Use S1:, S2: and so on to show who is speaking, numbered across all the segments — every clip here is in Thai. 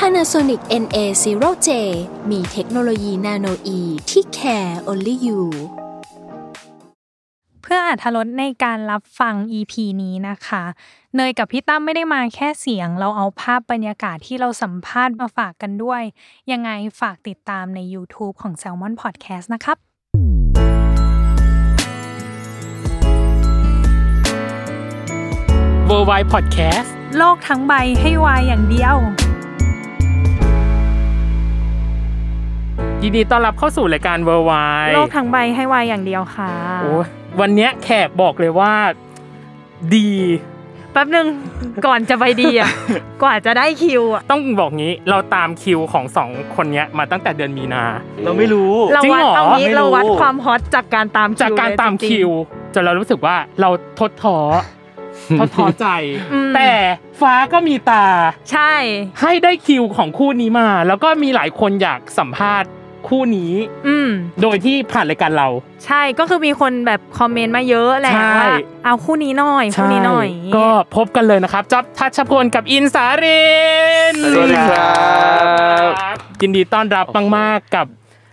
S1: Panasonic NA0J มีเทคโนโลยีนาโนอีที่ care only you
S2: เพื่ออาธรตในการรับฟัง EP นี้นะคะ เนยกับพี่ตั้มไม่ได้มาแค่เสียง เราเอาภาพบรรยากาศที่เราสัมภาษณ์มาฝากกันด้วย ยังไงฝากติดตามใน YouTube ของ Salmon Podcast นะครับ
S3: w o r l d w i d e Podcast
S2: โลกทั้งใบให้วายอย่างเดียว
S3: ยินดีต้อนรับเข้าสู่รายการ w o r l d w i d e
S2: โลกทั้งใบให้วายอย่างเดียวค่ะ
S3: โอ้ยวันเนี้ยแขกบอกเลยว่าดี
S2: แป๊บนึง ก่อนจะไปดี อ่ะ กว่าจะได้คิวอ่ะ
S3: ต้องบอกงี้เราตามคิวของสองคนเนี้ยมาตั้งแต่เดือนมีนา
S4: เราไม่รู้
S2: เรา
S3: จริง
S2: วัด
S3: เหรอ
S2: เอางี้
S3: ไม่รู้
S2: เราวัดความฮอตจากการตามคิว
S3: จากการตาม
S2: เลยจงๆ
S3: คิวจนเรารู้สึกว่าเราทดท้อ ทดท้อใจ
S2: อืม
S3: แต่ฟ้าก็มีตา
S2: ใช่
S3: ให้ได้คิวของคู่นี้มา แล้วก็มีหลายคนอยากสัมภาษณ์คู่นี้
S2: อืม
S3: โดยที่ผ่านรายการเรา
S2: ใช่ ก็คือมีคนแบบคอมเมนต์มาเยอะแหละ
S3: ใช่
S2: ว่าเอาคู่นี้หน่อยคู่นี้หน่อย
S3: ใช่ก็พบกันเลยนะครับจ๊อบทัชพลกับอินสาริน
S4: สวัสดีครับ
S3: ยินดีต้อนรับมากๆกับ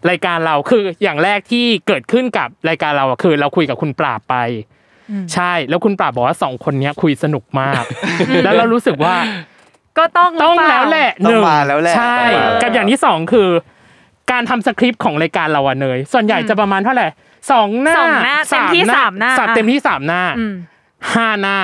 S3: รายการเราคืออย่างแรกที่เกิดขึ้นกับรายการเราอะคือเราคุยกับคุณปราบไป
S2: อืม
S3: ใช่ แล้วคุณปราบบอกว่าสองคนเนี้ยคุยสนุกมาก แล้วเรารู้สึก ว่า
S2: ก็ต้องหรื
S3: ต้อง
S2: เปา
S3: แล้วแหละห
S4: ต้อง
S3: นึ่ง
S4: มาแล้วแหละ
S3: ใช่
S4: ต้องมาแล้ว
S3: กับอย่างที่สองคือ การทำสคริปต์ของรายการเราอะเนยส่วนใหญ่
S2: อืม
S3: จะประมาณเท่าไหร่สองหน้า
S2: สองหน้าเต็มที่สามหน้า
S3: เต็มที่สามหน้า
S2: อืม
S3: ห้าหน้า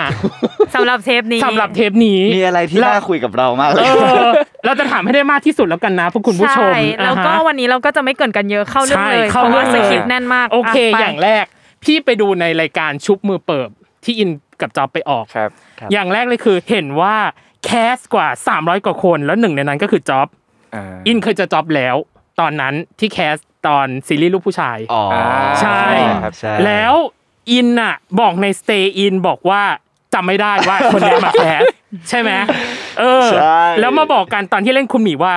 S2: สำหรับเทปนี้
S3: สำหรับเทปนี้
S4: มีอะไรที่น่าคุยกับเรามากเล
S3: เอย อเราจะถามให้ได้มากที่สุดแล้วกันนะพวกคุณผู้ชม
S2: ใช่แล้วก็
S3: อ่าฮะ
S2: วันนี้เราก็จะไม่เกรินกันเยอะเข้าเรื่อง
S3: ใช่
S2: เลยเพ
S3: เข้า
S2: ราะ
S3: เรื่
S2: ว่า
S3: อ
S2: ส
S3: งเลย
S2: คริปต์แน่นมาก
S3: โอเค
S2: ะไป
S3: อย่างแรก พี่ไปดูในรายการชุบมือเปิบที่อินกับจอบไปออก
S4: ครับ
S3: อย่างแรกเลยคือเห็นว่าแคสกว่า 300 กว่าคนแล้วหนึ่งในนั้นก็คือจ็อบอินเคยเจะจ็อบแล้ว ตอนนั้นที่แคสตอนซีรีส์ลูกผู้ชาย
S4: อ๋อ
S3: ใช่
S4: ครับใช่
S3: แล้วอินน่ะบอกใน Stay In บอกว่าจำไม่ได้ว่า คนนี้มาแคสใช่ไหมเออ
S4: ใช่
S3: แล้วมาบอกกันตอนที่เล่นคุณหมีว่า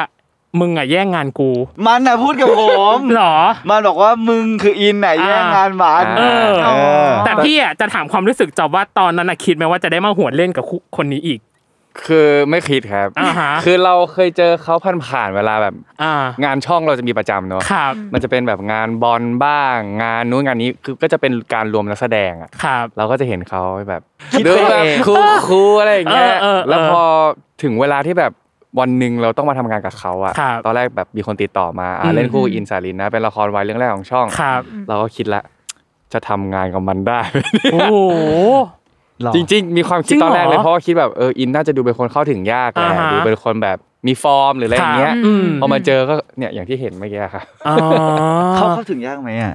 S3: มึงอะแย่งงาน กู
S4: มันน่ะพูดกับผม
S3: หรอ
S4: มันบอกว่ามึงคืออินไหนะแย่งงานมัน
S3: เออ
S4: เออ
S3: แต่พี่อ่ะจะถามความรู้สึกจอบว่าตอนนั้นอะคิดไหมว่าจะได้มาหวนเล่นกับคู่คนนี้อีก
S5: คือไม่คิดครับ
S3: อ่าฮะ
S5: คือเราเคยเจอเขาผ่านผ่านๆเวลาแบบ
S3: อ่ าง
S5: านช่องเราจะมีประจำเนอะ
S3: ครับ
S5: มันจะเป็นแบบงานบอลบ้าง งานนู้นงานนี้คือก็จะเป็นการรวมนักแสดงอะ
S3: ครับ
S5: เราก็จะเห็นเขาแบบ
S4: คิด
S5: เดินแบบ
S4: ไปเอง
S5: คูคูอะไรอย่างเงี้
S3: เอ
S5: ย
S3: อเออเออ
S5: แล้วพอถึงเวลาที่แบบวันหนึ่งเราต้องมาทำงานกับเขาอะ
S3: ครับ
S5: ตอนแรกแบบมีคนติดต่อมาอ่ะ
S3: อืม
S5: เล่นคู่อินสารินนะ เป็นละครวายเรื่องแรกของช่อง
S3: ครับ
S5: เราก็คิดละจะทำงานกับมันได้ไหมเนี่ย
S3: โอ้โห
S4: หรอ
S5: จริงๆ มีความ
S3: จ
S5: คิด
S3: ริง
S5: ตอนแรก
S3: เห
S5: เล
S3: ร
S5: ย
S3: อ
S5: เพราะว่าคิดแบบเอออินน่าจะดูเป็นคนเข้าถึงยากแหละ
S3: อ่าฮะ
S5: ดูเป็นคนแบบมีฟอร์มหรืออะไรอย่างเงี้ย
S3: อืม
S5: พอมาเจอก็เนี่ยอย่างที่เห็นเมื่อกี้ค่ะ
S3: อ๋อ
S4: เขาเข้าถึงยากไหมอ่ะ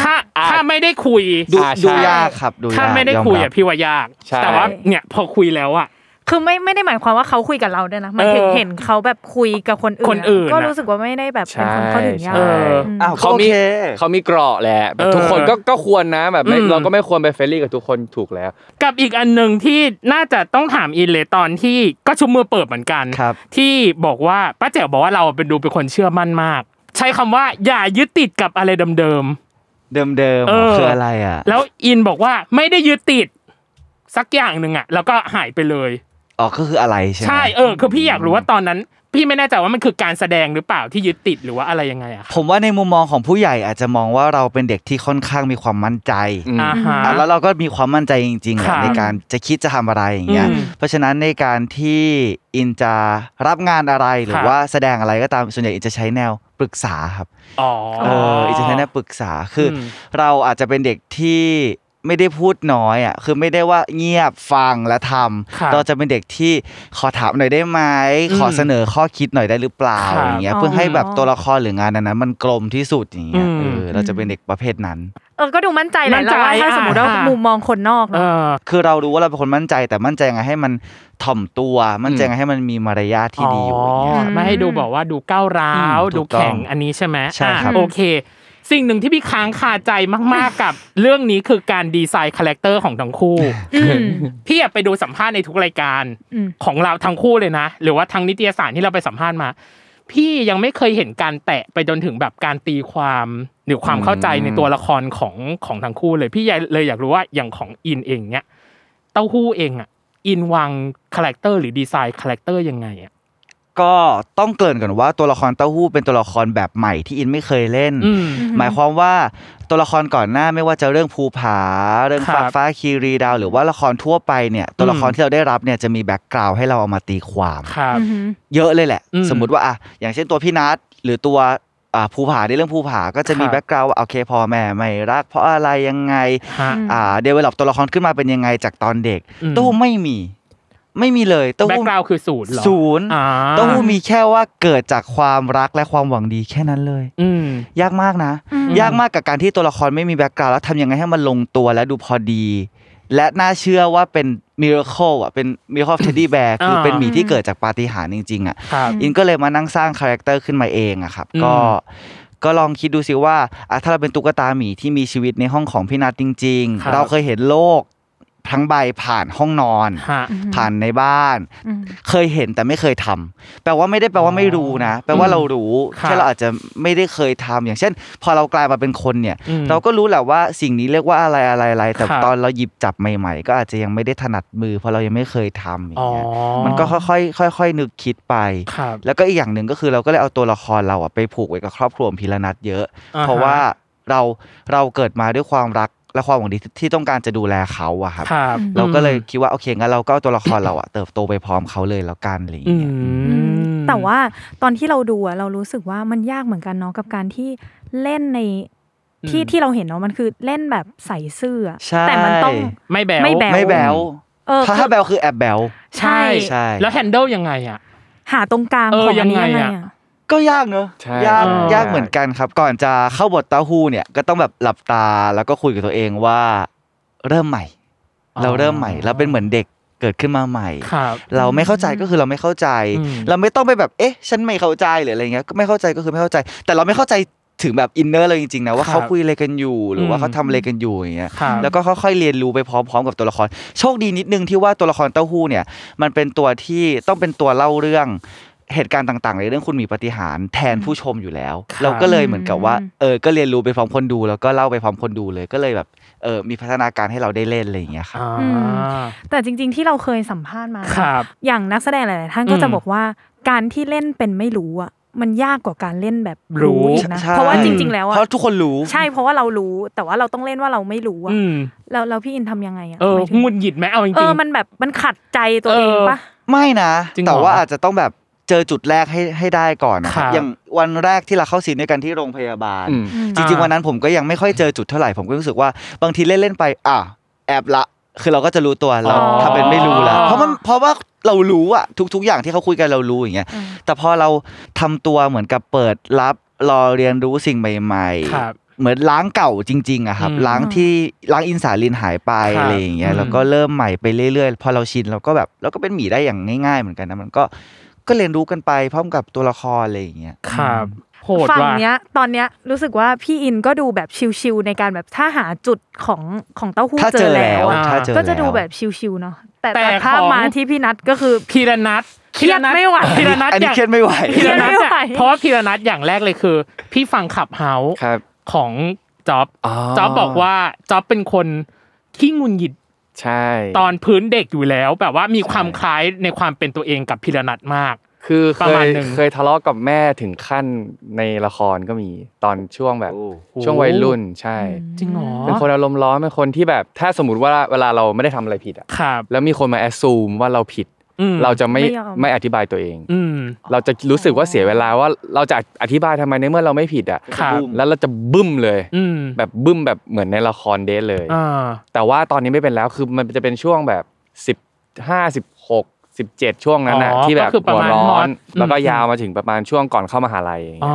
S3: ถ้าถ้าไม่ได้คุย
S4: ดู
S5: อ่าใช่
S4: ดูยากครับดูยาก
S3: ถ้าไม่ได้คุยอ่ะ
S4: มรับ
S3: พี่ว่ายาก
S5: ใช่
S3: แต่ว่าเนี่ยพอคุยแล้วอ่ะ
S2: คือไม่ไม่ได้หมายความว่าเขาคุยกับเราด้วยนะหมายถึง
S3: เออ
S2: เห็นเขาแบบคุยกับคนอื่
S3: คนอื่น
S2: ก็
S3: อะ
S2: รู้สึกว่าไม่ได้แบบเป็นค
S5: ใช่
S2: นเข้าถึงยาก
S3: เอ
S5: ใช่
S3: อ
S2: ม
S4: อ้าว
S5: เขา
S4: โอ
S5: มี
S4: เค
S5: เขามีเกราะแหละแบบ
S3: เออ
S5: ทุกคนก็ก็ควรนะแบบไม่
S3: อืม
S5: เราก็ไม่ควรไปเฟรนลี่กับทุกคนถูกแล้ว
S3: กับอีกอันหนึ่งที่น่าจะต้องถามอินเลยตอนที่ก็ชุมมือเปิดเหมือนกัน
S4: ครับ
S3: ที่บอกว่าป้าแจ๋วบอกว่าเราเป็นดูเป็นคนเชื่อมั่นมาก ใช้คำว่าอย่ายึดติดกับอะไรเดิม
S4: เดิมเดิม
S3: เออ
S4: คืออะไรอ่ะ
S3: ๆแล้วอินบอกว่าไม่ได้ยึดติดสักอย่างหนึ่งอ่ะแล้วก็หายไปเลย
S4: อ๋อก็คืออะไรใช่ไหม
S3: ใช่เออคือพี่อยากรู้ว่าตอนนั้น พี่ไม่แน่ใจว่ามันคือการแสดงหรือเปล่าที่ยึดติดหรือว่าอะไรยังไงอะครับ
S4: ผมว่าในมุมมองของผู้ใหญ่อาจจะมองว่าเราเป็นเด็กที่ค่อนข้างมีความมั่นใจ
S5: อืม
S3: อ่าฮะ
S4: อ่ะแล้วเราก็มีความมั่นใจจริงๆ
S3: ครั
S4: อ่ะ
S3: บ
S4: ในการจะคิดจะทำอะไรอย่างเงี้ย
S3: อืม
S4: เพราะฉะนั้นในการที่อินจะรับงานอะไรหรื
S3: ครั
S4: อบ ว่าแสดงอะไรก็ตามส่วนใหญ่อินจะใช้แนวปรึกษาครับ
S3: อ๋อ
S4: เอออินจะใช้แนวปรึกษาคืออ
S3: ม
S4: เราอาจจะเป็นเด็กที่ ไม่ได้พูดน้อยอ่ะคือไม่ได้ว่าเงียบฟังและท
S3: ครับ
S4: ำเราจะเป็นเด็กที่ขอถามหน่อยได้ไหมขอเสนอข้อคิดหน่อยได้หรือเปล่า
S3: ครับ
S4: อย่างเงี้ย
S2: อ๋อ
S4: เพื่อให้แบบตัวละครหรืองานนั้นๆมันกลมที่สุดอย่างเงี้ยเออเราจะเป็นเด็กประเภทนั้น
S2: เออก็ดูมั่นใจแห
S3: มั่
S2: ละ
S3: น
S2: เรา
S3: ใจ
S2: ว่าถ้า
S3: อ่ะ
S2: สมมติว่า
S3: อ่ะ
S2: มุมมองคนนอก
S3: เอ
S2: เนาะ
S3: อ
S4: คือเรารู้ว่าเราเป็นคนมั่นใจแต่มั่นใจยังไงให้มันถ่อมตัวมั่นใจยังไงให้มันมีมารยาทที่ดีอยู่อย่างเงี้ย
S3: อ๋อไม่ให้ดูบอกว่าดูก้าวร้าว
S4: อืม
S3: ดู
S4: ถูกต้อง
S3: แข็งอันนี้ใช่ไหม
S4: ใช่ครับ
S3: อ่ะโอเค สิ่งหนึ่งที่พี่ค้างคาใจมาก ๆ กับ เรื่องนี้คือการดีไซน์คาแรคเตอร์ของทั้ง คู่
S2: อืม
S3: พี่อะไปดูสัมภาษณ์ในทุกรายการ
S2: อืม
S3: ของเราทั้งคู่เลยนะ หรือว่าทั้งนิตยสารที่เราไปสัมภาษณ์มา พี่ยังไม่เคยเห็นการแตะไปจนถึงแบบการตีความ หรือความเข้าใจในตัวละครของของทั้งคู่เลย พี่เลยอยากรู้ว่าอย่างของอินเองเนี้ยเต้าหู้เองอ่ะอินวางคาแรคเตอร์หรือดีไซน์คาแรคเตอร์ยังไงอ่ะ
S4: ก็ต้องเกริ่นก่อนว่าตัวละครเต้าหู้เป็นตัวละครแบบใหม่ที่อินไม่เคยเล่น
S3: อืม
S4: หมายความว่าตัวละครก่อนหน้าไม่ว่าจะเรื่องภูผา เรื่อง
S3: ครั
S4: ฟ้า
S3: บ
S4: ฟ้าคีรีดาวหรือว่าละครทั่วไปเนี่ยตัวละครที่เราได้รับเนี่ยจะมีแบ็กกราวให้เราเอามาตีความ
S3: ครับ
S2: อืม
S4: เยอะเลยแหละ
S3: อืม
S4: สมมติว่าอ่ะอย่างเช่นตัวพี่นัทหรือตัวอ่าภูผาในเรื่องภูผาก็จะมี
S3: ครับ
S4: แบ็กกราวว่าโอเคพ่อแม่ไม่รักเพราะอะไรยังไง
S3: ฮะ
S2: อืม
S4: อ่าเดเวลลอปตัวละครขึ้นมาเป็นยังไงจากตอนเด็ก
S3: อืม
S4: เต้าหู้ไม่มีไม่มีเลยเต้า
S3: แบ็ก
S4: หู้
S3: กราวคือศูนย์เหรอ
S4: ศูนย์
S3: อ่า
S4: เต้าหู้มีแค่ว่าเกิดจากความรักและความหวังดีแค่นั้นเลย
S3: อืม
S4: ยากมากนะ
S2: อืม
S4: ยากมากกับการที่ตัวละครไม่มีแบ็กกราวด์แล้วทำยังไงให้มันลงตัวและดูพอดี และน่าเชื่อว่าเป็นมิราเคิลอ่ะเป็นมิราเคิลเทดดี้แบร์คือเป็นหมีที่เกิดจากปาฏิหาริย์จริงๆอ่ะ
S3: ครับ
S4: อินก็เลยมานั่งสร้างคาแรคเตอร์ขึ้นมาเองอะครับ
S3: อืม
S4: ก็ก็ลองคิดดูสิว่าอ่ะถ้าเราเป็นตุ๊กตาหมีที่มีชีวิตในห้องของพี่นัทจริง
S3: ครับ
S4: ๆ เราเคยเห็นโลกทั้งใบผ่านห้องนอน
S3: ฮะ
S4: ผ่านในบ้าน
S2: อืม
S4: เคยเห็นแต่ไม่เคยทำแปลว่าไม่ได้แปลว่าไม่รู้นะ แปลว่าเรารู้
S3: ครับ
S4: แค่เราอาจจะไม่ได้เคยทำอย่างเช่น พอเรากลายมาเป็นคนเนี่ย
S3: อืม
S4: เราก็รู้แหละว่าสิ่งนี้เรียกว่าอะไรอะไรอะไรแต่
S3: ครับ
S4: ตอนเราหยิบจับใหม่ ๆ ก็อาจจะยังไม่ได้ถนัดมือเพราะเรายังไม่เคยทำอย่า
S3: อ๋อง
S4: เงี้ยมันก็ค่อยๆค่อย ๆ นึกคิดไป
S3: ครับ
S4: แล้วก็อีกอย่างหนึ่งก็คือเราก็เลยเอาตัวละครเราอ่ะไปผูกไว้กับครอบครัวของพีระนัทเยอะ
S3: อ่าฮะ
S4: เพราะว่าเราเราเกิดมาด้วยความรักและความหวังดีที่ที่ต้องการจะดูแลเขาอะครับ
S3: ครับ
S4: เราก็เลยคิดว่าโอเคงั้นเราก็เอาตัวละครเราอะ เติบโตไปพร้อมเขาเลยแล้วกันอะไรอย่าง
S3: อืม
S4: เงี้ย
S2: แต่ว่าตอนที่เราดูอะเรารู้สึกว่ามันยากเหมือนกันเนาะกับการที่เล่นในที่
S3: อืม
S2: ที่เราเห็นเนาะมันคือเล่นแบบใส่เสื้อ
S4: ใช่
S2: แต่มันต้อง
S3: ไม่แบ
S2: ไม่แบ
S3: ว
S2: ว
S4: ไม่แบว
S2: เออ
S4: ถ้าถ้าแบวคือแอบแบว
S2: ใช่
S4: ใช่
S3: แล้วแฮนเดิลยังไงอ่ะ
S2: หาตรงกลาง
S3: เออ
S2: ของอันนี้
S3: ยั
S2: ยังง
S3: ไง
S2: ไง
S3: อะ
S2: อะ
S4: ก็ยากเนอะ
S5: ใช่
S4: ยาก
S3: เออ
S4: ยากเหมือนกันครับ ก่อนจะเข้าบทเต้าหู้เนี่ยก็ต้องแบบหลับตาแล้วก็คุยกับตัวเองว่าเริ่มใหม่ เราเริ่มใหม่เราเป็นเหมือนเด็กเกิดขึ้นมาใหม่
S3: ครับ
S4: เราไม่เข้าใจก็คือเราไม่เข้าใจ
S3: อืม
S4: เราไม่ต้องไปแบบเอ๊ะ ฉันไม่เข้าใจหรืออะไรเงี้ยก็ไม่เข้าใจก็คือไม่เข้าใจ แต่เราไม่เข้าใจถึงแบบอินเนอร์เลยจริงๆนะว่า
S3: ครับ
S4: เขาคุยอะไรกันอยู่หรือ
S3: อื
S4: ว่าม เขาทำอะไรกันอยู่อย่างเงี้ย
S3: ครับ
S4: แล้วก็ค่อยๆเรียนรู้ไปพร้อมๆกับตัวละคร โชคดีนิดนึงที่ว่าตัวละครเต้าหู้เนี่ย มันเป็นตัวที่ต้องเป็นตัวเล่าเรื่องเหตุการณ์ต่างๆ ในเรื่องคุณหมีปาฏิหารย์แทนผู้ชมอยู่แล้ว
S3: ครับ
S4: เราก็เลยเหมือนกับว่า
S2: อืม
S4: เออก็เรียนรู้ไปพร้อมคนดู แล้วก็เล่าไปพร้อมคนดูเลยก็เลยแบบเออมีพัฒนาการให้เราได้เล่นอะไรอย่างเงี้ยครับ
S3: อ่า
S2: อืม แต่จริง ๆ ที่เราเคยสัมภาษณ์มา
S3: ครับ
S2: อย่างนักแสดงหลายๆท่านก็
S3: อืม
S2: จะบอกว่าการที่เล่นเป็นไม่รู้อะมันยากกว่าการเล่นแบบ
S3: รู้
S2: รู้อีกนะ
S4: ใช่
S2: เพราะว่าจริง ๆ แล้วอะ
S4: เพราะทุกคนรู้
S2: ใช่เพราะว่าเรารู้ แต่ว่าเราต้องเล่นว่าเราไม่รู้อะ
S3: อืม
S2: แล้วแล้วพี่อินทำยังไงอะ
S3: เออ
S2: หมายถึง
S3: หงุดหงิดไหมเอาจริงๆ
S2: เออมันแบบมันขัดใจตัวเองปะ
S4: ไม่นะ
S3: จริงเหรอ
S4: แต่ว่าอาจจะต้องแบบเจอจุดแรกให้ให้ได้ก่อนนะครั
S3: ค
S4: บ
S3: รับ
S4: อย่างวันแรกที่เราเข้าซีนด้วยกันที่โรงพยาบาล
S5: อืม
S4: จริงๆวันนั้นผมก็ยังไม่ค่อยเจอจุดเท่าไหร่ผมก็รู้สึกว่าบางทีเล่นเล่นๆไปอ่ะแอบละ คือเราก็จะรู้ตัวเรา
S3: อ๋อ
S4: ทำเป็นไม่รู้ละเพราะมันเพราะว่าเรารู้อะทุก ๆ อย่างที่เขาคุยกันเรารู้อย่างเงี้ย
S2: อืม
S4: แต่พอเราทำตัวเหมือนกับเปิดรับรอเรียนรู้สิ่งใหม่ ๆ
S3: ครับ
S4: เหมือนล้างเก่าจริงๆอะครับ
S3: อืม
S4: ล้างที่ล้างอินสาลินหายไป
S3: ครับ
S4: อะไรอย่างเงี้
S3: อืม
S4: ยแล้วก็เริ่มใหม่ไปเรื่อยๆ พอเราชินเราก็แบบเราก็เป็นหมีได้อย่างง่าย ๆ เหมือนกันนะมันก็ก็เรียนรู้กันไปพร้อมกับตัวละครอะไรอย่างเงี้ย
S3: ครับโหด
S2: ฝั่ง
S3: ว่ะ
S2: เนี้ยตอนเนี้ยรู้สึกว่าพี่อินก็ดูแบบชิลๆในการแบบถ้าหาจุดของของเต้าหู้
S4: ถ้า
S2: เจ
S4: เจ
S2: อ
S4: อ
S2: แล้
S4: แล้ว
S2: ว
S3: อ่า
S2: อะ
S4: ถ้าเจอ
S2: ก็จะดู
S4: ล้ว
S2: แบบชิลๆเนาะแต่
S3: แต่
S2: แต่ถ้า
S3: ของ
S2: มาที่พี่นัทก็คือ
S3: พีระนัท
S2: เครียดไม่ไหว
S3: พีระนัท
S4: อันนี้
S3: ย่าง
S4: เครียดไม่ไหว
S3: พีระนัท
S2: ไม่ไหว
S3: อะเพราะว่าพีระนัทอย่างแรกเลยคือ พี่ฟังขับเฮาส์
S5: ครับ
S3: ของจ๊อบจ๊อบบอกว่าจ๊อบเป็นคนขี้งุนหงิด
S5: ใช่
S3: ตอนพื้นเด็กอยู่แล้ว แบบว่ามีความคล้ายในความเป็นตัวเองกับพีระนัทมาก
S5: คือ
S3: ป
S5: เค
S3: ระมาณ
S5: ย
S3: หนึ่ง
S5: เคยทะเลาะกับแม่ถึงขั้นในละครก็มีตอนช่วงแบบ ช่วงวัยรุ่นใช่
S3: จริงเหรอ
S5: เป็นคนอารมณ์ร้อนเป็นคนที่แบบถ้าสมมติว่าเวลาเราไม่ได้ทำอะไรผิดอะ
S3: ครับ
S5: แล้วมีคนมาแอสซูมว่าเราผิด
S3: อืม
S5: เราจะไม่
S2: ไม่ยอม
S5: ไม่อธิบายตัวเอง
S3: อืม
S5: เราจะรู้สึกว่าเสียเวลาว่าเราจะอธิบายทำไมในเมื่อเราไม่ผิดอ่ะ
S3: ครับ
S5: แล้วเราจะบึ้มเลย
S3: อืม
S5: แบบบึ้มแบบเหมือนในละครเดทเลย
S3: อ่า
S5: แต่ว่าตอนนี้ไม่เป็นแล้วคือมันจะเป็นช่วงแบบสิบห้าสิบหกสิบเจ็ดช่วงนั้นน่ะ
S3: อ๋อ
S5: ที่แบบ
S3: ก็คือประ
S5: หัว
S3: มาณ
S5: ร้อน
S3: มอืม
S5: แล้วก็ยาวมาถึงประมาณช่วงก่อนเข้ามหาลัยอย่าง
S3: อ๋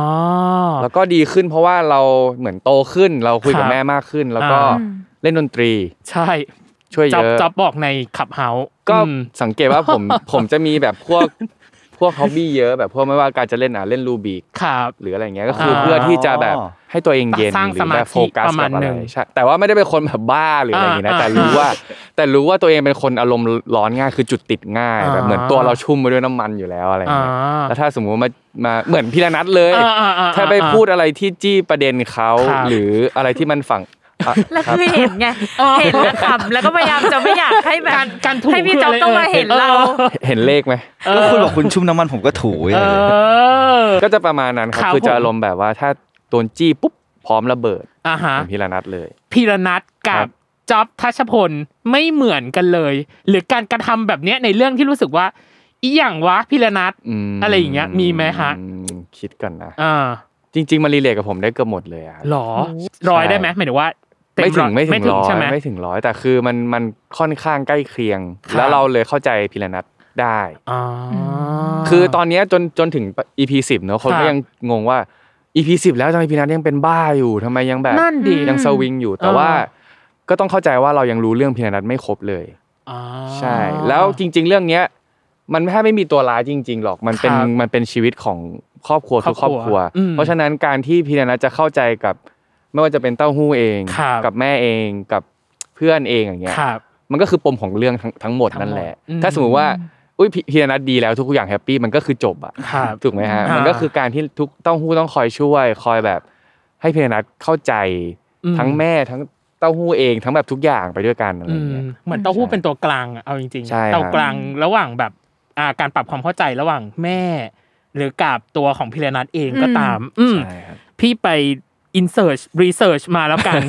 S5: เงี้
S3: อ
S5: ยแล้วก็ดีขึ้นเพราะว่าเราเหมือนโตขึ้นเราคุย
S3: ครั
S5: กับบแม่มากขึ้น แล้วก็
S3: อ่า
S2: อืม
S5: เล่นดนตรี
S3: ใช่
S5: ช่วย
S3: จับ
S5: เยอะ
S3: จับบอกในขับเฮาส์
S5: ก็
S3: อืม
S5: สังเกตว่าผม ผมจะมีแบบพวกพวกฮอบบี้เยอะแบบพวกไม่ว่าการจะเล่นอ่ะเล่นรูบิก
S3: ครับ
S5: หรืออะไรเงี้ยก็คืออา เพื่อที่จะแบบให้ตัวเองเย็น
S3: สร้าง
S5: หรื
S3: ส
S5: อ
S3: มา
S5: แบบ
S3: ธิ
S5: โฟกัส
S3: ประมา
S5: กั
S3: ณ
S5: บอะ
S3: หนึ่
S5: ไรง ใช่แต่ว่าไม่ได้เป็นคนแบบบ้าหรืออะไรอย่างงี้นะ
S3: อ่า
S5: แต่รู้ว่า แต่รู้ว่าตัวเองเป็นคนอารมณ์ร้อนง่ายคือจุดติดง่าย
S3: อ่า
S5: แบบเหมือนตัวเราชุ่มไปด้วยน้ำมันอยู่แล้วอะไร
S3: อ่า
S5: เงี้ยแล้วถ้าสมมุติมามาเหมือนพี่ระนัทเลย
S3: อ่อ่อ่
S5: ถ้าไปพูดอะไรที่จี้ประเด็นเขา
S3: ครับ
S5: หรืออะไรที่มันฝังอ่ะ
S2: แล้ว
S5: ครับ
S2: คือเห็นไง เห็นแล้วขำแล้วก็พยายามจะไม่อยากให้แบบ
S3: การการถูก
S2: ให้พี่
S3: คื
S2: จ๊อบ
S3: ไร
S2: ต้องมาเห็นเรา
S5: เห็นเลขไหม
S4: ก็คุณบอกคุณชุ่มน้ำมันผมก็ถู
S3: เอ
S4: อย่างเลย
S3: อ
S5: ก็จะประมาณนั้นครั
S3: ครับ บ
S5: คือ
S3: ผ
S5: จะ
S3: ม
S5: อารมณ์แบบว่าถ้าโดนจี้ปุ๊บพร้อมระเบิด
S3: อ่า
S5: เห
S3: ฮะ
S5: มือนพี่ระนัทเลย
S3: พีรนัท
S5: ครั
S3: กับบ จ๊อบทัชพลไม่เหมือนกันเลย หรือการกระทำแบบเนี้ยในเรื่องที่รู้สึกว่าอีหยังวะพีรนัท
S5: ม
S3: อะไรอย่างเงี้ยมีไหมฮะ
S5: อืมคิดก่อนนะ
S3: อ่า
S5: จริง ๆมันรีเลทกับผมได้เกือบหมดเลยอะ
S3: หรอร้อยได้ไหมหมายถึงว่าเต็
S5: ไม่ถึ
S3: ร้อง ย
S5: ไม่ถึงร้อ
S3: ใช่
S5: ย
S3: ไหม
S5: ไม่ถึงร้อยแต่คือมันมันค่อนข้างใกล้เคียง
S3: ครับ
S5: แล้วเราเลยเข้าใจพิรนัทได้
S3: อ๋อ
S5: คือตอนเนี้ยจนจนถึง EP สิบเนอะคน
S3: ค
S5: ก็
S3: รับ
S5: ยังงงว่า EP สิบแล้วทำไมพิรนัทยังเป็นบ้าอยู่ทำไมยังแบบ
S3: นั่นดิ
S5: ยังสวิงอยู่แต่
S3: เออ
S5: ว่า ก็ต้องเข้าใจว่าเรายังรู้เรื่องพิรนัทไม่ครบเลย
S3: อ๋อ
S5: ใช่ แล้วจริง ๆ เรื่องเนี้ยมันแทบไม่มีตัวร้ายจริง ๆ หรอกมันเป็น
S3: ครับ
S5: มันเป็นชีวิตของครอบครัวทุก
S3: ค
S5: ค
S3: ร
S5: ร
S3: อ
S5: อ
S3: บบ ค
S5: ค
S3: รั
S5: รั
S3: ว
S5: ว
S3: อืม
S5: เพราะฉะนั้นการที่พี่นัทจะเข้าใจกับ ไม่ว่าจะเป็นเต้าหู้เอง
S3: ครับ
S5: กับแม่เองกับเพื่อนเองอย่างเงี้ย
S3: ครับ
S5: มันก็คือปมของเรื่องทั้งทั้งหมดนั่นแหละ
S3: ทั้งหมด
S5: ถ้าสมมติว่าอุ้ยพี่พี่นัทดีแล้วทุกอย่างแฮปปี้มันก็คือจบอะ
S3: ครับ
S5: ถูกไหมฮะ
S3: อ่ามั
S5: มันก็คือการที่ทุกเต้าหู้ต้องคอยช่วย คอยแบบให้พี่นัทเข้าใจ
S3: อืม
S5: ทั้งแม่ทั้งเต้าหู้เองทั้งแบบทุกอย่างไปด้วยกันอะไร
S3: อื
S5: อย่าง
S3: ม
S5: เงี้ย
S3: เหมือนเต้าหู้เป็นตัวกลางอะเอาจริง
S5: ใช่
S3: ๆ
S5: ครับ
S3: เต้ากลางระหว่างแบบอ่าการปรับความเข้าใจระหว่างแม่ หรือกับตัวของพิรนัทเองก็ตาม อืม
S5: ใช่ครับ
S3: พี่ไปอินเสิร์ชรีเสิร์ชมาแล้ว กัน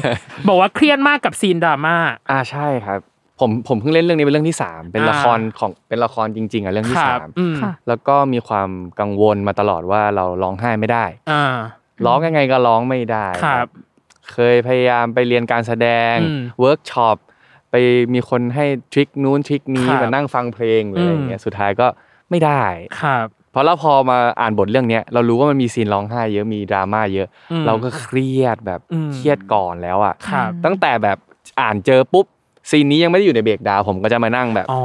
S3: บอกว่าเครียดมากกับซีนดราม่า
S5: อ่าใช่ครับผมผมเพิ่งเล่นเรื่องนี้เป็นเรื่องที่สามเป็น
S3: อ่า
S5: ละครของเป็นละครจริง ๆอ่ะเรื่อง
S3: ค
S5: ที่
S3: รั
S5: สา
S3: บ
S5: ม
S3: อืม
S2: ค่ะ
S5: แล้วก็มีความกังวลมาตลอดว่าเราร้องไห้ไม่ได้
S3: อ่า
S5: ร้องยังไงก็ร้องไม่ได้
S3: ครับ
S5: เคยพยายามไปเรียนการแสดง
S3: อืม
S5: เวิร์กช็อปไปมีคนให้ทริคนู้นทริคนี้
S3: ครับ
S5: มานั่งฟังเพลงหรืออะไรอย่างเงี้ยสุดท้ายก็ไม่ได้
S3: ครับ
S5: เพราะเราพอมาอ่านบทเรื่องเนี้ยเรารู้ว่ามันมีซีนร้องไห้เยอะมีดราม่าเยอะ
S3: อืม
S5: เราก็เครียดแบบ
S3: อืม
S5: เครียดก่อนแล้วอ่ะ
S3: ครับ
S5: ตั้งแต่แบบอ่านเจอปุ๊บซีนนี้ยังไม่ได้อยู่ในเบรกดาวน์ผมก็จะมานั่งแบบ
S3: อ๋อ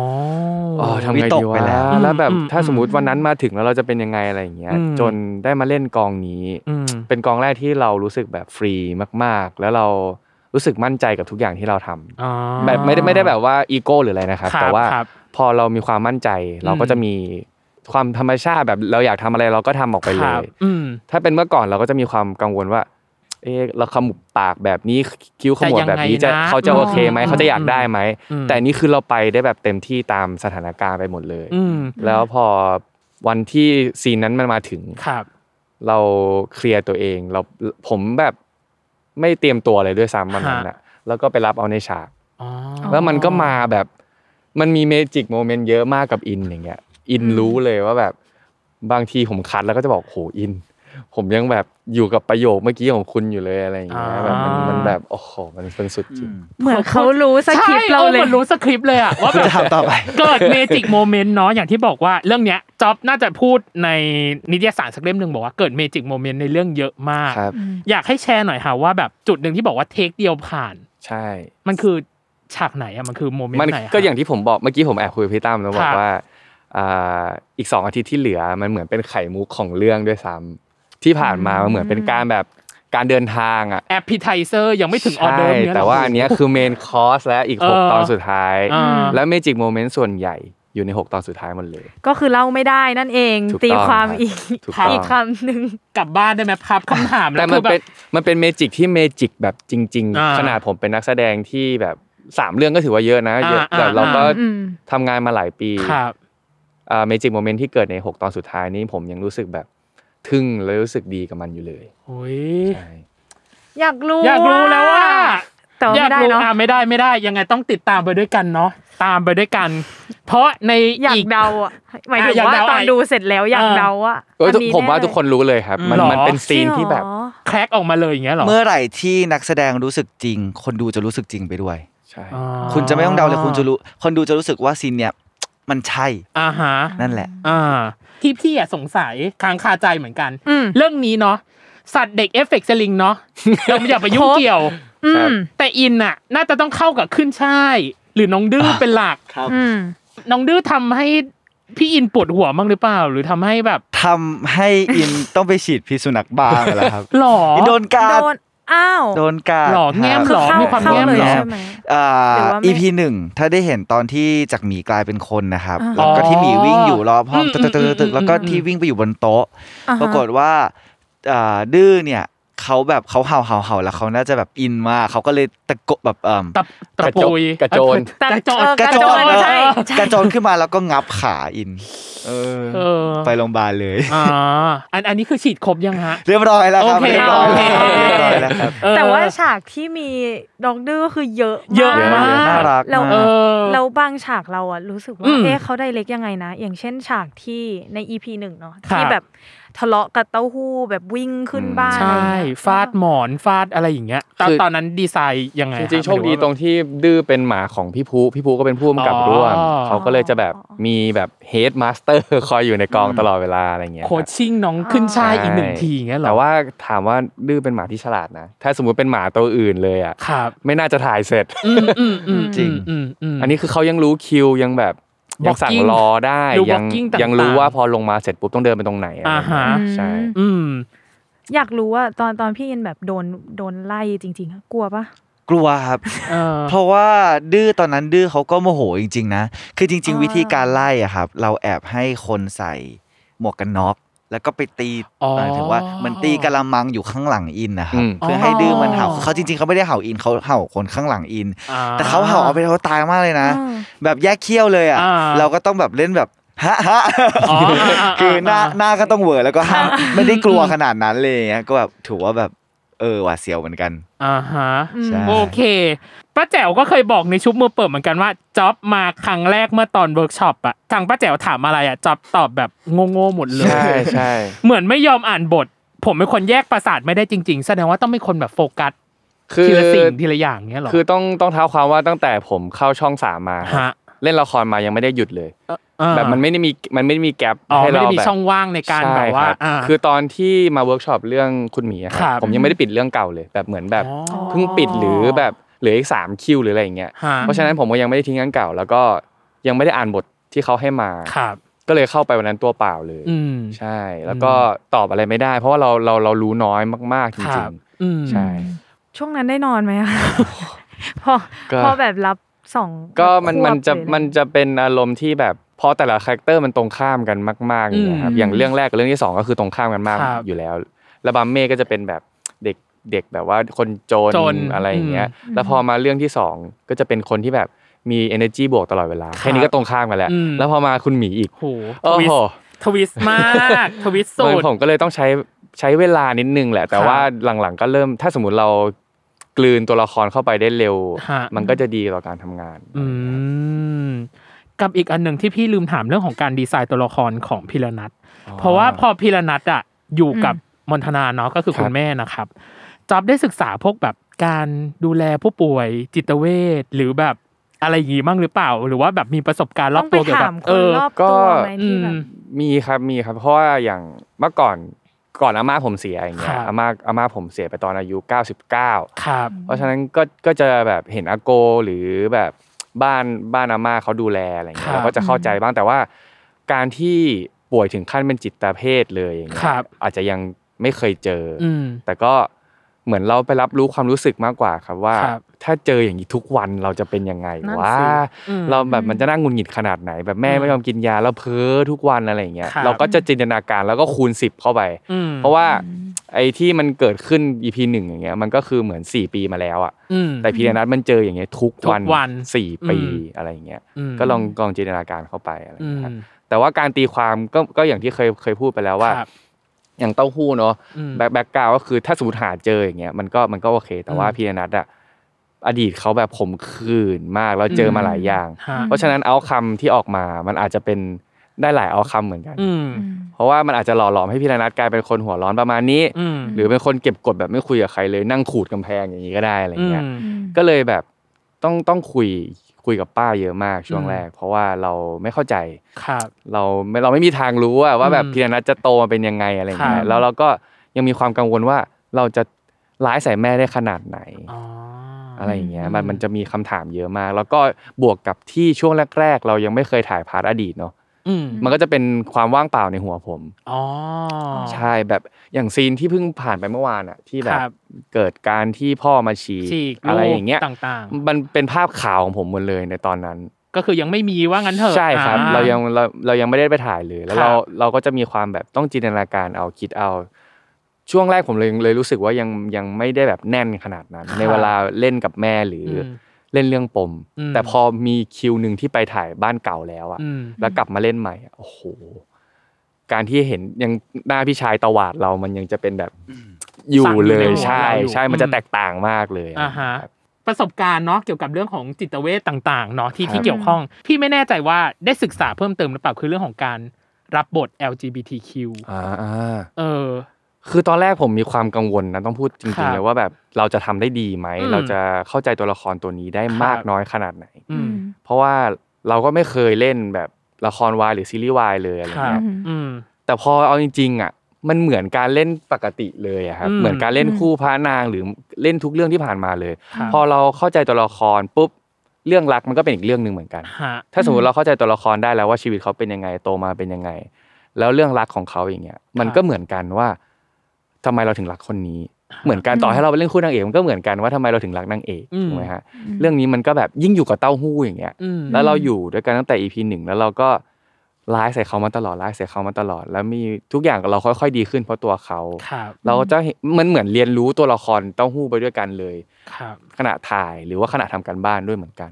S5: เออทำไง
S4: วิต
S5: ดี
S4: ก
S5: วะ
S4: ไปแล้ว
S5: แล้วแบบ
S3: อืม
S5: ถ้าสมมติวันนั้นมาถึงแล้วเราจะเป็นยังไงอะไรอย่างเงี้ย
S3: อืม
S5: จนได้มาเล่นกองนี้
S3: อืม
S5: เป็นกองแรกที่เรารู้สึกแบบฟรีมากๆ แล้วเรารู้สึกมั่นใจกับทุกอย่างที่เราทำ
S3: อ๋อ
S5: แบบไม่ได้ไม่ได้แบบว่าอีโก้หรืออะไรนะครับ
S3: ครับ
S5: แต่ว่า
S3: ครับ
S5: พอเรามีความมั่นใจ เราก็
S3: อืม
S5: จะมีความธรรมชาติแบบเราอยากทำอะไรเราก็ทำออกไป
S3: ค
S5: เล
S3: รับ
S5: ย
S3: อืม
S5: ถ้าเป็นเมื่อก่อนเราก็จะมีความกังวลว่า เอะเราขมุบปากแบบนี้คิ้วขมวดแบบนี้
S3: จะยั
S5: จะ
S3: งไงนะ
S5: เขาจะโอเคไหม
S3: อืม
S5: เขาจะอยากได้ไหม
S3: อืม
S5: แต่นี่คือเราไปได้แบบเต็มที่ตามสถานการณ์ไปหมดเลย
S3: อืม
S5: แล้วพอวันที่ซีนนั้นมันมาถึง
S3: ครับ
S5: เราเคลียร์ตัวเองเราผมแบบไม่เตรียมตัวเลยด้วยซ้ำวันนั้นอะแล้วก็ไปรับเอาในฉาก
S3: อ๋อ
S5: แล้วมันก็มาแบบมันมีเมจิกโมเมนต์เยอะมากกับอินอย่างเงี้ยอินรู้เลยว่าแบบบางทีผมคัดแล้วก็จะบอกโหอิน ผมยังแบบอยู่กับประโยคเมื่อกี้ของคุณอยู่เลยอะไรอย่างเงี้ย
S3: อ่า
S5: แบบมันมันแบบโอ้โหมันเป็นสุดจริง
S2: เหมือนเขารู้สคริปต์เราเล
S3: ใช่อย อหมือนรู้สคริปต์เลยอะว่า
S4: คุ
S3: แบ
S4: ณ
S3: บ
S4: จะทำต่อไป
S3: เกิดเมจิกโมเมนต์เนาะอย่างที่บอกว่าเรื่องเนี้ยจ๊อบน่าจะพูดในนิตยสารสักเล่มหนึ่งบอกว่าเกิดเมจิกโมเมนต์ในเรื่องเยอะมาก
S5: ครับ
S3: อยากให้แชร์หน่อยค่ะว่าแบบจุดหนึ่งที่บอกว่าเทคเดียวผ่าน
S5: ใช่
S3: มันคือฉากไหนอะมันคือโมเมน
S5: มัน
S3: ต์ไหนอะ
S5: ก็อย่างที่ผมบอกเมื่อกี้ผมแอบคุยกับพี่ตั้มแล้วบ
S3: ค
S5: อ
S3: รับ
S5: กว่าอ่าอีกสองอาทิตย์ที่เหลือมันเหมือนเป็นไข่มุกของเรื่องด้วยซ้ำที่ผ่านมามันเหมือนเป็นการแบบการเดินทางอ่ะ
S3: แอปพิไทเซอร์ยังไม่ถึงออเดอร์
S5: ใช่
S3: เย
S5: แต่ว่าอันเนี้ยคือเมนคอร์สและอีก
S3: เออ
S5: 6 ตอนสุดท้าย
S3: อ่า
S5: และเมจิกโมเมนต์ส่วนใหญ่อยู่ใน 6 ตอนสุดท้ายหมดเลย
S2: ก็คือเล่าไม่ได้นั่นเอง
S5: ถูกต้อง
S2: ตีความ
S5: ครับ
S2: อีก
S5: ถูกต้อง
S2: อีกคำหนึ่ง
S3: กลับบ้านได้ไหมครับคำถาม
S5: แต่
S3: แล้ว
S5: มั
S3: คื
S5: น
S3: อแบ
S5: เป็น
S3: บ
S5: มันเป็นเมจิกที่เมจิกแบบจริง
S3: อ่า
S5: ๆ ขนาดผมเป็นนักแสดงที่แบบ 3 เรื่องก็ถือว่าเยอะนะเยอะ
S3: อ่า
S5: แต่เราก็
S3: อ่า
S2: อืม
S5: ทำงานมาหลายปี
S3: ครับ
S5: เมจิกโมเมนต์ที่เกิดใน 6 ตอนสุดท้ายนี้ผมยังรู้สึกแบบทึ่งและรู้สึกดีกับมันอยู่เลย
S3: โอ้ย
S5: ใช่
S2: อยากรู้
S3: อยากรู้แล้วว่า
S2: แต่ว่า
S3: อยา
S2: ไม่
S3: ก
S2: ได้
S3: รู้
S2: เนาะ
S3: อ่ะไม่ได้ไม่ได้ ยังไงต้องติดตามไปด้วยกันเนาะตามไปด้วยกัน เพราะใน
S2: อยาก
S3: อีก
S2: เดาอ่ะหมายถึง
S3: อ่ะอยาก
S2: ว่า
S3: เดา
S2: ตอน
S3: ไอ้
S2: ดูเสร็จแล้วอยาก
S3: เออ
S2: เดาอ่ะ
S5: เอ้ย
S2: อันนี้
S5: ผมว่า
S2: แเลย
S5: ทุกคนรู้เลยครับ มัน
S3: หรอ
S5: มันเป็นซีนที่แบบ
S2: จริงเหรอ
S3: แครกออกมาเลยอย่างเงี้ยหรอ
S4: เมื่อไหร่ที่นักแสดงรู้สึกจริง คนดูจะรู้สึกจริงไปด้วย
S5: ใช่
S3: อ๋อ
S4: คุณจะไม่ต้องเดาเลยคุณจะรู้ คนดูจะรู้สึกว่าซีนเนี่ย มันใช่
S3: อ่าฮะ
S4: นั่นแหละ
S3: อ่าที่พี่อ่ะสงสัยค้างคาใจเหมือนกัน
S2: อืม
S3: เรื่องนี้เนาะสัตว์เด็กเอฟเฟกต์สลิงเนาะ เราไม่อยากไปยุ่งเกี่ยว
S2: อื
S5: ครับ
S2: ม
S3: แต่อินน่ะ น่าจะต้องเข้ากับขึ้นช่าย หรือน้องดื้อเป็นหลัก
S2: อืม
S3: น้องดื้อทำให้พี่อินปวดหัวบ้างหรือเปล่า หรือทำให้แบบ
S4: ทำให้อิน ต้องไปฉีดพิษสุนัขบ้าแล้วครับ
S3: หล่อ
S4: อินโดนกาด
S2: โดน อ้าว
S4: โดนกาด
S3: หลอกแง้ม
S4: รับ
S3: หล
S2: เข้าก
S3: มีความ
S2: เข้า
S3: แง่ม
S2: เลย
S3: หรอ
S2: ใช่ไหม
S4: อ่า
S2: หรือว่าไม่
S4: EP หนึ่งถ้าได้เห็นตอนที่จากหมีกลายเป็นคนนะครับ
S2: อ่า
S4: แล้วก็ที่หมีวิ่งอยู่รอบห้อง
S3: อืม
S4: ตึกตึกตึกตึกแล้วก็
S3: อืมอืม
S4: ที่วิ่งไปอยู่บนโต๊ะ
S2: อ่ฮะ
S4: ปรากฏว่าอ่าดื้อเนี่ยเขาแบบเขาเห่าเห่าเห่าแล้วเขาน่าจะแบบอินมากเขาก็เลยตะโกแบบเอ่ม
S3: ตับตะ
S5: กระจก
S3: ปุย
S5: กระโจน
S3: กระโจน
S2: เออก
S4: ระโจน
S2: กระโจนใช่
S4: กระโจนขึ้นมาแล้วก็งับขาอิน เออ
S3: เออ
S4: ไปโรงพยาบาลเลย
S3: อ่าอันอันนี้คือฉีดครบยังฮะ
S4: เรียบร้อยแล้วครับ
S3: โอเค
S4: เรียบร้อยแล้ว
S3: โอเค
S4: เรียบร้อยแล้วครับ
S3: เออ
S2: แต่ว่าฉากที่มีดอกดื้อคือเยอะ
S3: เยอะ
S2: มาก
S3: มาก
S4: น่ารัก
S2: แล้ว
S4: มาก
S3: เออ
S2: แล้วบางฉากเราอะรู้สึก
S3: อื
S2: ว่าม เอ๊ะเขาได้เล็กยังไงนะ อย่างเช่นฉากที่ในอีพีหนึ่งเนาะ
S3: ครับ
S2: ที่แบบทะเลาะกับเต้าหู้แบบวิ่งขึ้น
S4: อืม
S2: บ้าน
S3: ใช่
S2: อะไรอย่งเงี้ย
S3: ฟาดหมอนฟาดอะไรอย่างเงี้ยตอน
S5: คือ
S3: ตอนนั้นดีไซน์ยังไง
S5: จริง
S3: ฮะ
S5: ๆโชคดี
S3: หมายถึว่า
S5: ตรงที่ดื้อเป็นหมาของพี่ภูพี่ภูก็เป็นผู้กำกับร่วม
S3: อ๋อ
S5: เขาก็เลยจะแบบมีแบบเฮดมาสเตอร์คอยอยู่ในกองตลอดเวลาอะไรอย่างเงี้ย
S3: โคชชิ่งน้องขึ้นชายอีกหนึ่งทีอย่างเงี้ยเหรอ
S5: แต่ว่าถามว่าดื้อเป็นหมาที่ฉลาดนะ ถ้าสมมุติเป็นหมาตัวอื่นเลยอ่ะ
S3: ครับ
S5: ไม่น่าจะถ่ายเสร็จ
S3: อืมอืมอืม
S4: จริง
S3: อืมอืม
S5: อันนี้คือเขายังรู้คิวยังแบบยังสั่ง
S3: Blocking
S5: รอได้
S3: ดู
S5: ยัง
S3: blocking ต่างๆ
S5: ยังรู้ว่าพอลงมาเสร็จปุ๊บต้องเดินไปตรงไหนอะไรอย่างเงี้
S3: อ่าย ฮะ
S5: ใช่
S3: อืม
S2: อยากรู้ว่าตอนตอนพี่อินแบบโดนโดนไล่จริงๆอะกลัวปะ
S4: กลัวครับ
S3: เออ
S4: เพราะว่าดื้อตอนนั้นดื้อเขาก็โมโหจริง ๆ นะ คือจริง
S2: อ่า
S4: ๆ วิธีการไล่อะครับ เราแอบให้คนใส่หมวกกันน็อก แล้วก็ไปตี
S3: อ๋อ
S4: หมายถึงว่าเหมันตีกะละมังอยู่ข้างหลังอินนะครับ
S5: อืม
S3: อ๋อ
S4: เพื่อให้ดื้อมันเห่าคือเขาจริง ๆเขาไม่ได้เห่าอินเขาเห่าคนข้างหลังอิน
S3: อ่
S4: แต่เขาเห่าเอาไปเขาตายมากเลยนะ
S2: อ่า
S4: แบบแยกเขี้ยวเลยอ่ะ
S3: อ่า
S4: เราก็ต้องแบบเล่นแบบ ฮะฮะ
S3: อ๋ออ่าอ่า
S4: คือหน้า
S3: อ่า
S4: หน้าก็ต้องเหวอแล้วก็ห้ามไม่ได้กลัว
S3: อืม
S4: ขนาดนั้นเลยอย่างเงี้ยก็แบบถือว่าแบบเออหวาดเสียวเหมือนกัน
S3: อ่าฮะ
S4: ใช่
S3: โอเค ป้าแจ๋วก็เคยบอกในชุบมือเปิดเหมือนกันว่าจ็อบมาครั้งแรกเมื่อตอนเวิร์กช็อปอะทางป้าแจ๋วถามอะไรอะจ็อบตอบแบบโง่ๆหมดเลย
S5: ใช่ใช่
S3: เหมือนไม่ยอมอ่านบท ผมเป็นคนแยกประสาทไม่ได้จริง ๆ แสดงว่าต้องเป็นคนแบบโฟกัส
S5: คือ
S3: ทีละสิ่งทีละอย่างเงี้ยเหรอ
S5: คือต้องต้องเท้าความว่าตั้งแต่ผมเข้าช่องสามมา
S3: ฮะ
S5: เล่นละครมายังไม่ได้หยุดเลย
S3: อ่า
S5: แบบมันไม่ได้มีมันไม่ได้มีแกลบ
S3: อ๋อ
S5: ให้
S3: ไม่
S5: เรา
S3: ได้มี
S5: แบบ
S3: ช่องว่างในการ
S5: ใช่
S3: แบบว่า
S5: ครั
S3: า
S5: คือตอนที่มาเวิร์กช็อปเรื่องคุณหมีอะค
S3: ครั
S5: รับ บผมยังไม่ได้ปิดเรื่องเก่าเลยแบบเหมือนแบบ
S3: อ๋อ
S5: เพิ่งปิดหรือแบบเหลืออีกสามคิวหรืออะไรอย่างเงี้ย
S3: ฮะ
S5: เพราะฉะนั้นผมก็ยังไม่ได้ทิ้งงานเก่า แล้วก็ยังไม่ได้อ่านบทที่เขาให้มา
S3: ครับ
S5: ก็เลยเข้าไปวันนั้นตัวเปล่าเลย
S3: อืม
S5: ใช่แล้วก็ตอบอะไรไม่ได้ เพราะว่าเราเราเรารู้น้อยมากๆจ
S3: ครั
S5: ริง
S3: บ อืม
S5: ๆใช่
S2: ช่วงนั้นได้นอนไหม อะพอ
S5: ก็
S2: พอแบบรับสอง
S5: ก็มันมันจะ
S2: ควบหรืออะไร
S5: มันจะเป็นอารมณ์ที่แบบพอแต่ละคาแรคเตอร์มันตรงข้ามกันมากๆอย่างเงี้ยครับ
S2: อืม
S5: อย่างเรื่องแรกกับเรื่องที่สองก็คือตรงข้ามกันมาก
S3: ครับ
S5: อยู่แล้วแล้วบัมเม่ก็จะเป็นแบบเด็กเด็กแบบว่าคนจน
S3: จน
S5: อะไรอย่างเงี้ย
S3: อื
S5: แล้วพอมาเรื่องที่สองก็จะเป็นคนที่แบบมี energy บวกตลอดเวลา
S3: ครับ
S5: แค่นี้ก็ตรงข้ามกันแหละ
S3: อืม
S5: แล้วพอมาคุณหมีอีก
S3: โหท
S5: โอ้
S3: วิส
S5: โห
S3: ต์ทวิสต์มากทวิสต์สุด
S5: มันผมก็เลยต้องใช้ใช้เวลานิดนึงแหละ แต่ว่าหลังๆก็เริ่มถ้าสมมติเรากลืนตัวละครเข้าไปได้เร็ว
S3: ฮะ
S5: มันก็จะดีต่อการทำงาน
S3: อืมกับอีกอันหนึ่งที่พี่ลืมถามเรื่องของการดีไซน์ตัวละครของพิรนัทเพราะว่าพอพิรนัทอ่ะอยู่กับมนทนาเนาะก็คือ
S5: ครับ
S3: คุณแม่นะครับจอบได้ศึกษาพวกแบบการดูแลผู้ป่วยจิตเวชหรือแบบอะไรอย่างงี้บ้างหรือเปล่า หรือว่าแบบมีประสบการณ์ร
S2: ต้
S3: อ
S2: อบ งไป
S3: ตัวเกี่ยว
S2: ถา
S3: กับ
S2: มค
S3: เอนอ
S2: รอบตัวไหม
S3: อื
S2: ที่
S3: ม
S2: แบบ
S5: มีครับมีครับเพราะว่าอย่างเมื่อก่อนก่อนอาม่าผมเสียอย่างเงี้
S3: ค
S5: ย
S3: รับ
S5: อาม่าอาม่าผมเสียไปตอนอายุ 99
S3: ครับ
S5: เพราะฉะนั้นก็ก็จะแบบเห็นอาโกหรือแบบบ้านบ้านอาม่าเขาดูแลอะไรอย่างเงี้
S3: ครับ
S5: ยเราก็จะเข้าใจบ้างแต่ว่าการที่ป่วยถึงขั้นเป็นจิตเภทเลยอย่างเงี้
S3: ครั
S5: ย
S3: บ
S5: อาจจะยังไม่เคยเจออ
S3: อืม
S5: แต่ก็เหมือนเราไปรับรู้ความรู้สึกมากกว่าครับว่า
S3: ครับ
S5: ถ้าเจออย่างนี้ทุกวันเราจะเป็นยังไง
S3: นั่น
S5: ว่า
S3: สิ อืม
S5: เราแบบมันจะน่าหงุนหงิดขนาดไหน แบบแม่
S3: อืม
S5: ไม่ยอมกินยาแล้วเพ้อทุกวันอะไรอย่างเงี้ย
S3: ครับ
S5: เราก็จะจินตนาการแล้วก็คูณ 10 เข้าไป
S3: อืม
S5: เพราะว่าไอ้ที่มันเกิดขึ้น EP หนึ่งอย่างเงี้ยมันก็คือเหมือน 4 ปีมาแล้วอ่ะ
S3: อืม
S5: แต่พีเรนัทมันเจออย่างเงี้ยทุก
S3: ทุกวัน
S5: สี่ปี
S3: อืม
S5: อะไรอย่างเงี้ย
S3: ม
S5: ก็ลองลองจินตนาการเข้าไปอะไรอย่าง
S3: อืม
S5: เงี้ยครับแต่ว่าการตีความก็ก็อย่างที่เคยเคยพูดไปแล้วว่า
S3: ครับ
S5: อย่างเต้าหู้เนาะ
S3: อืม
S5: แบ็คแบ็คกราวก็คือถ้าสมมติหาเจออย่างเงี้ยมันก็มันก็โอเค แต่ว่า
S3: อืม
S5: พีนัทอะ อดีตเขาแบบขมขื่นมากแล้วเจอมาหลายอย่าง
S3: ฮะ
S5: เพราะฉะนั้นเอาคำที่ออกมามันอาจจะเป็นได้หลายเอาคำเหมือนกัน
S3: อืม
S2: อืม
S5: เพราะว่ามันอาจจะหล่อหลอมให้พี่ระนัทกลายเป็นคนหัวร้อนประมาณนี้
S3: อืม
S5: หรือเป็นคนเก็บกดแบบไม่คุยกับใครเลยนั่งขูดกำแพงอย่างนี้ก็ได้อะไร
S3: อื
S5: เงี้ย
S3: ม
S5: ก็เลยแบบต้องต้องคุยคุยกับป้าเยอะมากช่วงแรก เพราะว่าเราไม่เข้าใจ
S3: ครับ
S5: เราไม่เราไม่มีทางรู้ว่าว่าแบบ
S3: อืม
S5: พีระนัทจะโตมาเป็นยังไงอะไรอย่างเงี้
S3: ครั
S5: ย
S3: บ
S5: แล้วเราก็ยังมีความกังวลว่าเราจะร้ายใส่แม่ได้ขนาดไหน
S3: อ๋ออ
S5: อะไรอย่างเงี้ย
S3: อืม
S5: มันมันจะมีคำถามเยอะมาก แล้วก็บวกกับที่ช่วงแรก ๆ เรายังไม่เคยถ่ายพาร์ทอดีตเนาะ
S3: ืม
S5: มันก็จะเป็นความว่างเปล่าในหัวผม
S3: อ๋อ
S5: ใช่แบบอย่างซีนที่เพิ่งผ่านไปเมื่อวานอะที่แบ
S3: ครับ บ
S5: เกิดการที่พ่อมาฉี
S3: ฉีก
S5: อะไรอย่างเงี้ย
S3: รูปต่าง
S5: มันเป็นภาพข่าวของผมหมดเลยในตอนนั้น
S3: ๆ ก็คือยังไม่มีว่างั้นเถอะ
S5: ใช่ครับ
S3: อ่
S5: เรายังเราเรายังไม่ได้ไปถ่ายเลยแล้ว
S3: ครับ
S5: เราเราก็จะมีความแบบต้องจินตนาการเอาคิดเอา ช่วงแรกผมเลยเลยรู้สึกว่ายังยังไม่ได้แบบแน่นขนาดนั้น
S3: ครับ
S5: ในเวลาเล่นกับแม่หรืออ
S3: ม
S5: เล่นเรื่องปม
S3: อืม
S5: แต่พอมีคิวหนึ่งที่ไปถ่ายบ้านเก่าแล้วอะ
S3: อืม
S5: แล้วกลับมาเล่นใหม่อะโอ้โหการที่เห็นยังหน้าพี่ชายตวาดเรามันยังจะเป็นแบบอยู่
S3: ฝังอยู่
S5: เล
S3: ใน
S5: ย
S3: หัว
S5: ใช่
S3: เราอยู่
S5: ใช่มัน
S3: อื
S5: จะ
S3: ม
S5: แตกต่างมากเลยอะ
S3: อ่าฮะประสบการณ์เนาะเกี่ยวกับเรื่องของจิตเวชต่างๆเนาะที่ที่
S2: ครับ
S3: เกี่ยวข้อง พี่ไม่แน่ใจว่าได้ศึกษาเพิ่มเติมหรือเปล่าคือเรื่องของการรับบท LGBTQ
S5: อ่าอ่า
S3: เออ
S5: คือตอนแรกผมมีความกังวลนะต้องพูด
S3: ค
S5: จ
S3: รั
S5: ริง
S3: บ
S5: ๆเลยว่าแบบเราจะทำได้ดีไหม
S3: อืม
S5: เราจะเข้าใจตัวละครตัวนี้ได้
S3: ครับ
S5: มากน้อยขนาดไหน
S3: อืม
S5: เพราะว่าเราก็ไม่เคยเล่นแบบละครวายหรือซีรีส์วายเลยอะไร
S3: ครับ
S5: เงี้ย
S3: อืม
S5: แต่พอเอาจริงๆอ่ะมันเหมือนการเล่นปกติเลยอะครับ
S3: อืม
S5: เหมือนการเล่น
S2: อืม
S5: คู่พระนางหรือเล่นทุกเรื่องที่ผ่านมาเลย
S3: ครับ
S5: พอเราเข้าใจตัวละครปุ๊บเรื่องรักมันก็เป็นอีกเรื่องหนึ่งเหมือนกัน
S3: ฮะ
S5: ถ้าสมมติเราเข้าใจตัวละครได้แล้วว่าชีวิตเขาเป็นยังไงโตมาเป็นยังไง แล้วเรื่องรักของเขาอย่างเงี้ยมันก็เหมือนกันว่าทำไมเราถึงรักคนนี้ เหมือนกัน
S2: อืม
S5: ต่อให้เราไปเล่นคู่นางเอกมันก็เหมือนกันว่าทำไมเราถึงรักนางเอกถูกไหมฮะ
S2: ม
S5: เรื่องนี้มันก็แบบยิ่งอยู่กับเต้าหู้อย่างเงี้ย
S3: อืม
S5: แล้วเราอยู่ด้วยกันตั้งแต่ EP หนึ่งแล้วเราก็ร้ายใส่เขามาตลอดร้ายใส่เขามาตลอด แล้วมีทุกอย่างเราค่อย ๆ ดีขึ้นเพราะตัวเขา
S3: ครับ
S5: เราจะเห็นมันเหมือนเรียนรู้ตัวละครเต้าหู้ไปด้วยกันเลย
S3: ครับ
S5: ขณะถ่ายหรือว่าขณะทำการบ้านด้วยเหมือนกัน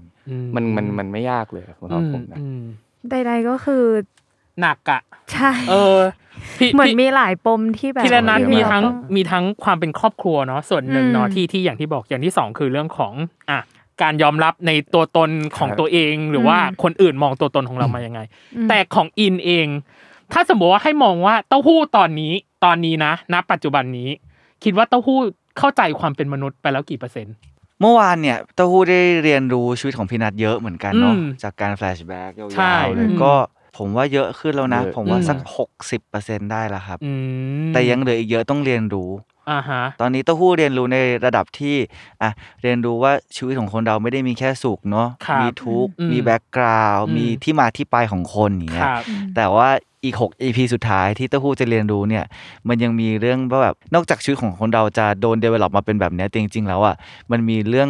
S5: มันมันมันไม่ยากเลยครับสำหรับผมนะ
S3: อืม
S6: ใดๆก็คือ
S3: หนักอะ
S6: ใช่
S3: เออพี่
S6: เหมือน
S3: พี่
S6: มีหลายปมที่แบบ
S3: ทีละนัด
S5: เยอะ
S3: มี
S5: มาก
S3: ทั้ง
S6: เรา
S3: มีทั้งความเป็นครอบครัวเนาะส่วนหนึ่งเนาะ
S6: อืม
S3: ที่ที่อย่างที่บอกอย่างที่สองคือเรื่องของอ่ะการยอมรับในตัวตนของ
S5: ครับ
S3: ตัวเองหรือว่า
S6: อืม
S3: คนอื่นมองตัวตนของเรามายังไง
S6: อืม
S3: แต่ของอินเอง ถ้าสมมติว่าให้มองว่าเต้าหู้ตอนนี้ตอนนี้นะณปัจจุบันนี้ คิดว่าเต้าหู้เข้าใจความเป็นมนุษย์ไปแล้วกี่เปอร์เซ็นต์
S4: เมื่อวานเนี่ยเต้าหู้ได้เรียนรู้ชีวิตของพี่นัทเยอะเหมือนกันเนาะ
S3: อืม
S4: จากการแฟลชแบ็กยา
S3: ใช่
S4: วๆเลย
S3: อืม
S4: ก็ผมว่าเยอะขึ้นแล้วนะ
S5: เยอะ
S4: ผมว่าสัก
S3: อืม
S4: หกสิบเปอร์เซ็นได้ละครับ
S3: อืม
S4: แต่ยังเหลืออีกเยอะต้องเรียนรู้
S3: อ่าฮะ
S4: ตอนนี้เต้าหู้เรียนรู้ในระดับที่อ่ะเรียนรู้ว่าชีวิตของคนเราไม่ได้มีแค่สุขเนาะ
S3: ครับ
S4: มีทุกข์
S3: อืม
S4: มีแบ็กกราวด์
S3: อืม
S4: มีที่มาที่ไปของคนอย่า
S3: ค
S4: งเงี้ย
S3: รับ
S4: แต่ว่าอีก 6 EP สุดท้ายที่เต้าหู้จะเรียนรู้เนี่ย มันยังมีเรื่องว่าแบบนอกจากชีวิตของคนเราจะโดนเดเวล็อปมาเป็นแบบเนี้ยแต่จริงๆแล้วอ่ะมันมีเรื่อง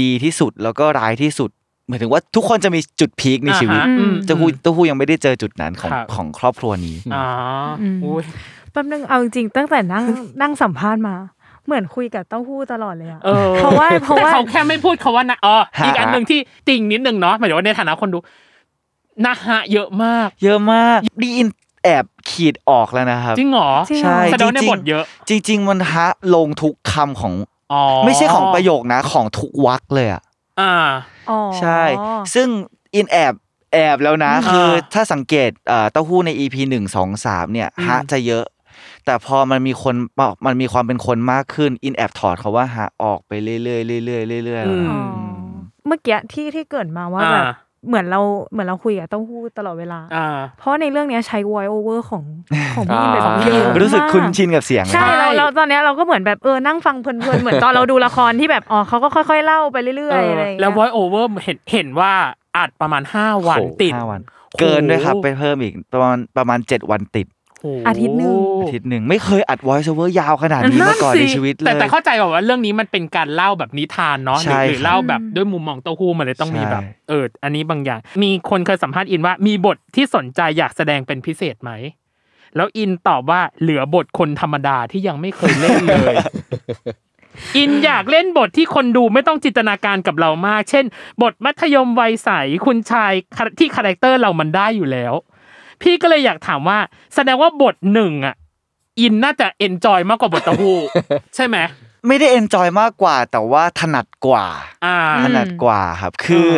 S4: ดีที่สุดแล้วก็ร้ายที่สุดหมายถึงว่าทุกคนจะมีจุดพีคในชีวิต
S3: อ่าฮะอืม
S4: เต้าหู้เต้าหู้ยังไม่ได้เจอจุดนั้นของ
S3: ครับ
S4: ของครอบครัวนี้
S3: อ๋ออ
S6: ม
S3: อุ้ย
S6: แป๊บนึงเอาจริงๆตั้งแต่ นั่งนั่งสัมภาษณ์มา เหมือนคุยกับเต้าหู้ตลอดเลยอะ
S3: เออ
S6: เพราะว่าเพราะว่า
S3: แต่เขาแค่ไม่พูดคาว่านะอ๋ออีกอัน
S4: ฮะ
S3: หนึ่งที่ติ่งนิดนึงเนาะหมายถึงว่าในฐานะคนดูนะฮะเยอะมาก
S4: เยอะมากดีอินแอบขีดออกแล้วนะครับ
S3: จริงเหรอ
S6: จริงเหรอ
S4: ใช่
S3: แสดงว่าใน
S4: จริงๆ
S3: บทเยอะ
S4: จริง ๆ มันฮะลงทุกคำของ
S3: อ๋อ
S4: ไม่ใช่ของประโยคนะของทุกวรรคเลยอ่ะ
S3: อ่า
S6: อ๋อ
S4: ใช่ ซึ่งอินแอบแอบแล้วนะ
S3: อืม
S4: คือถ้าสังเกตเอ่อเต้าหู้ใน EP หนึ่งสองสามเนี่ย
S3: อืม
S4: ฮะจะเยอะ แต่พอมันมีคนมันมีความเป็นคนมากขึ้นอินแอบถอดเขาว่าฮะออกไปเรื่อยๆเรื่อยๆเรื่อยๆเรื่อยๆแล้ว
S6: อ๋
S3: อื
S4: นะ
S6: อ
S3: ม
S6: เมื่อกี้ที่ที่เกริดมาว่า
S3: อ่า
S6: แบบเหมือนเราเหมือนเราคุยกับเต้าหู้ตลอดเวลา
S3: อ่า
S6: เพราะในเรื่องเนี้ยใช้ voice over ของของพี่อิน
S5: อ่า
S6: แบบเยอะมาก
S4: รู้สึกคุ้นชินกับเสียง
S6: ใช่
S4: นะ
S6: เราเราตอนเนี้ยเราก็เหมือนแบบเออนั่งฟังเพลินๆ เหมือนตอนเราดูละครที่แบบอ๋อเขาก็ค่อยๆ เล่าไปเรื่อยๆอะไรอย่าง
S3: แล้ว
S6: เงี้ย
S3: voice over เห็นเห็นว่าอัดประมาณ 5 วัน
S5: โอ้โห
S3: ติด
S4: ห้าวัน เกินด้วยครับ ไปเพิ่มอีกประมาณประมาณเจ็ดวันติด
S3: โโ
S6: อาทิตย์หนึ่ง
S4: อาทิตย์หนึ่งไม่เคยอัด voice over ยาวขนาดนี้มาก่อนในชีวิตเล
S3: แต่
S4: ย
S3: แต่เข้าใจแบบว่าเรื่องนี้มันเป็นการเล่าแบบนิทานเนาะห
S4: ใช่
S3: รือห
S4: ครับ
S3: รือเล่าแบบด้วยมุมมองเต้าหู้มันเลยต้องมี
S4: ใช่
S3: แบบเอออันนี้บางอย่าง มีคนเคยสัมภาษณ์อินว่ามีบทที่สนใจอยากแสดงเป็นพิเศษไหม แล้วอินตอบว่าเหลือบทคนธรรมดาที่ยังไม่เคยเล่นเลย อินอยากเล่นบทที่คนดูไม่ต้องจินตนาการกับเรามาก เช่น บทมัธยมวัยใสคุณชายที่คาแรคเตอร์เรามันได้อยู่แล้ว พี่ก็เลยอยากถามว่า แสดงว่าบทหนึ่งอ่ะ อินน่าจะเอนจอยมากกว่าบทตะหู ใช่ไหม
S4: ไม่ได้เอนจอยมากกว่า แต่ว่าถนัดกว่า
S3: อ่า
S4: ถนัดกว่าครับ คือ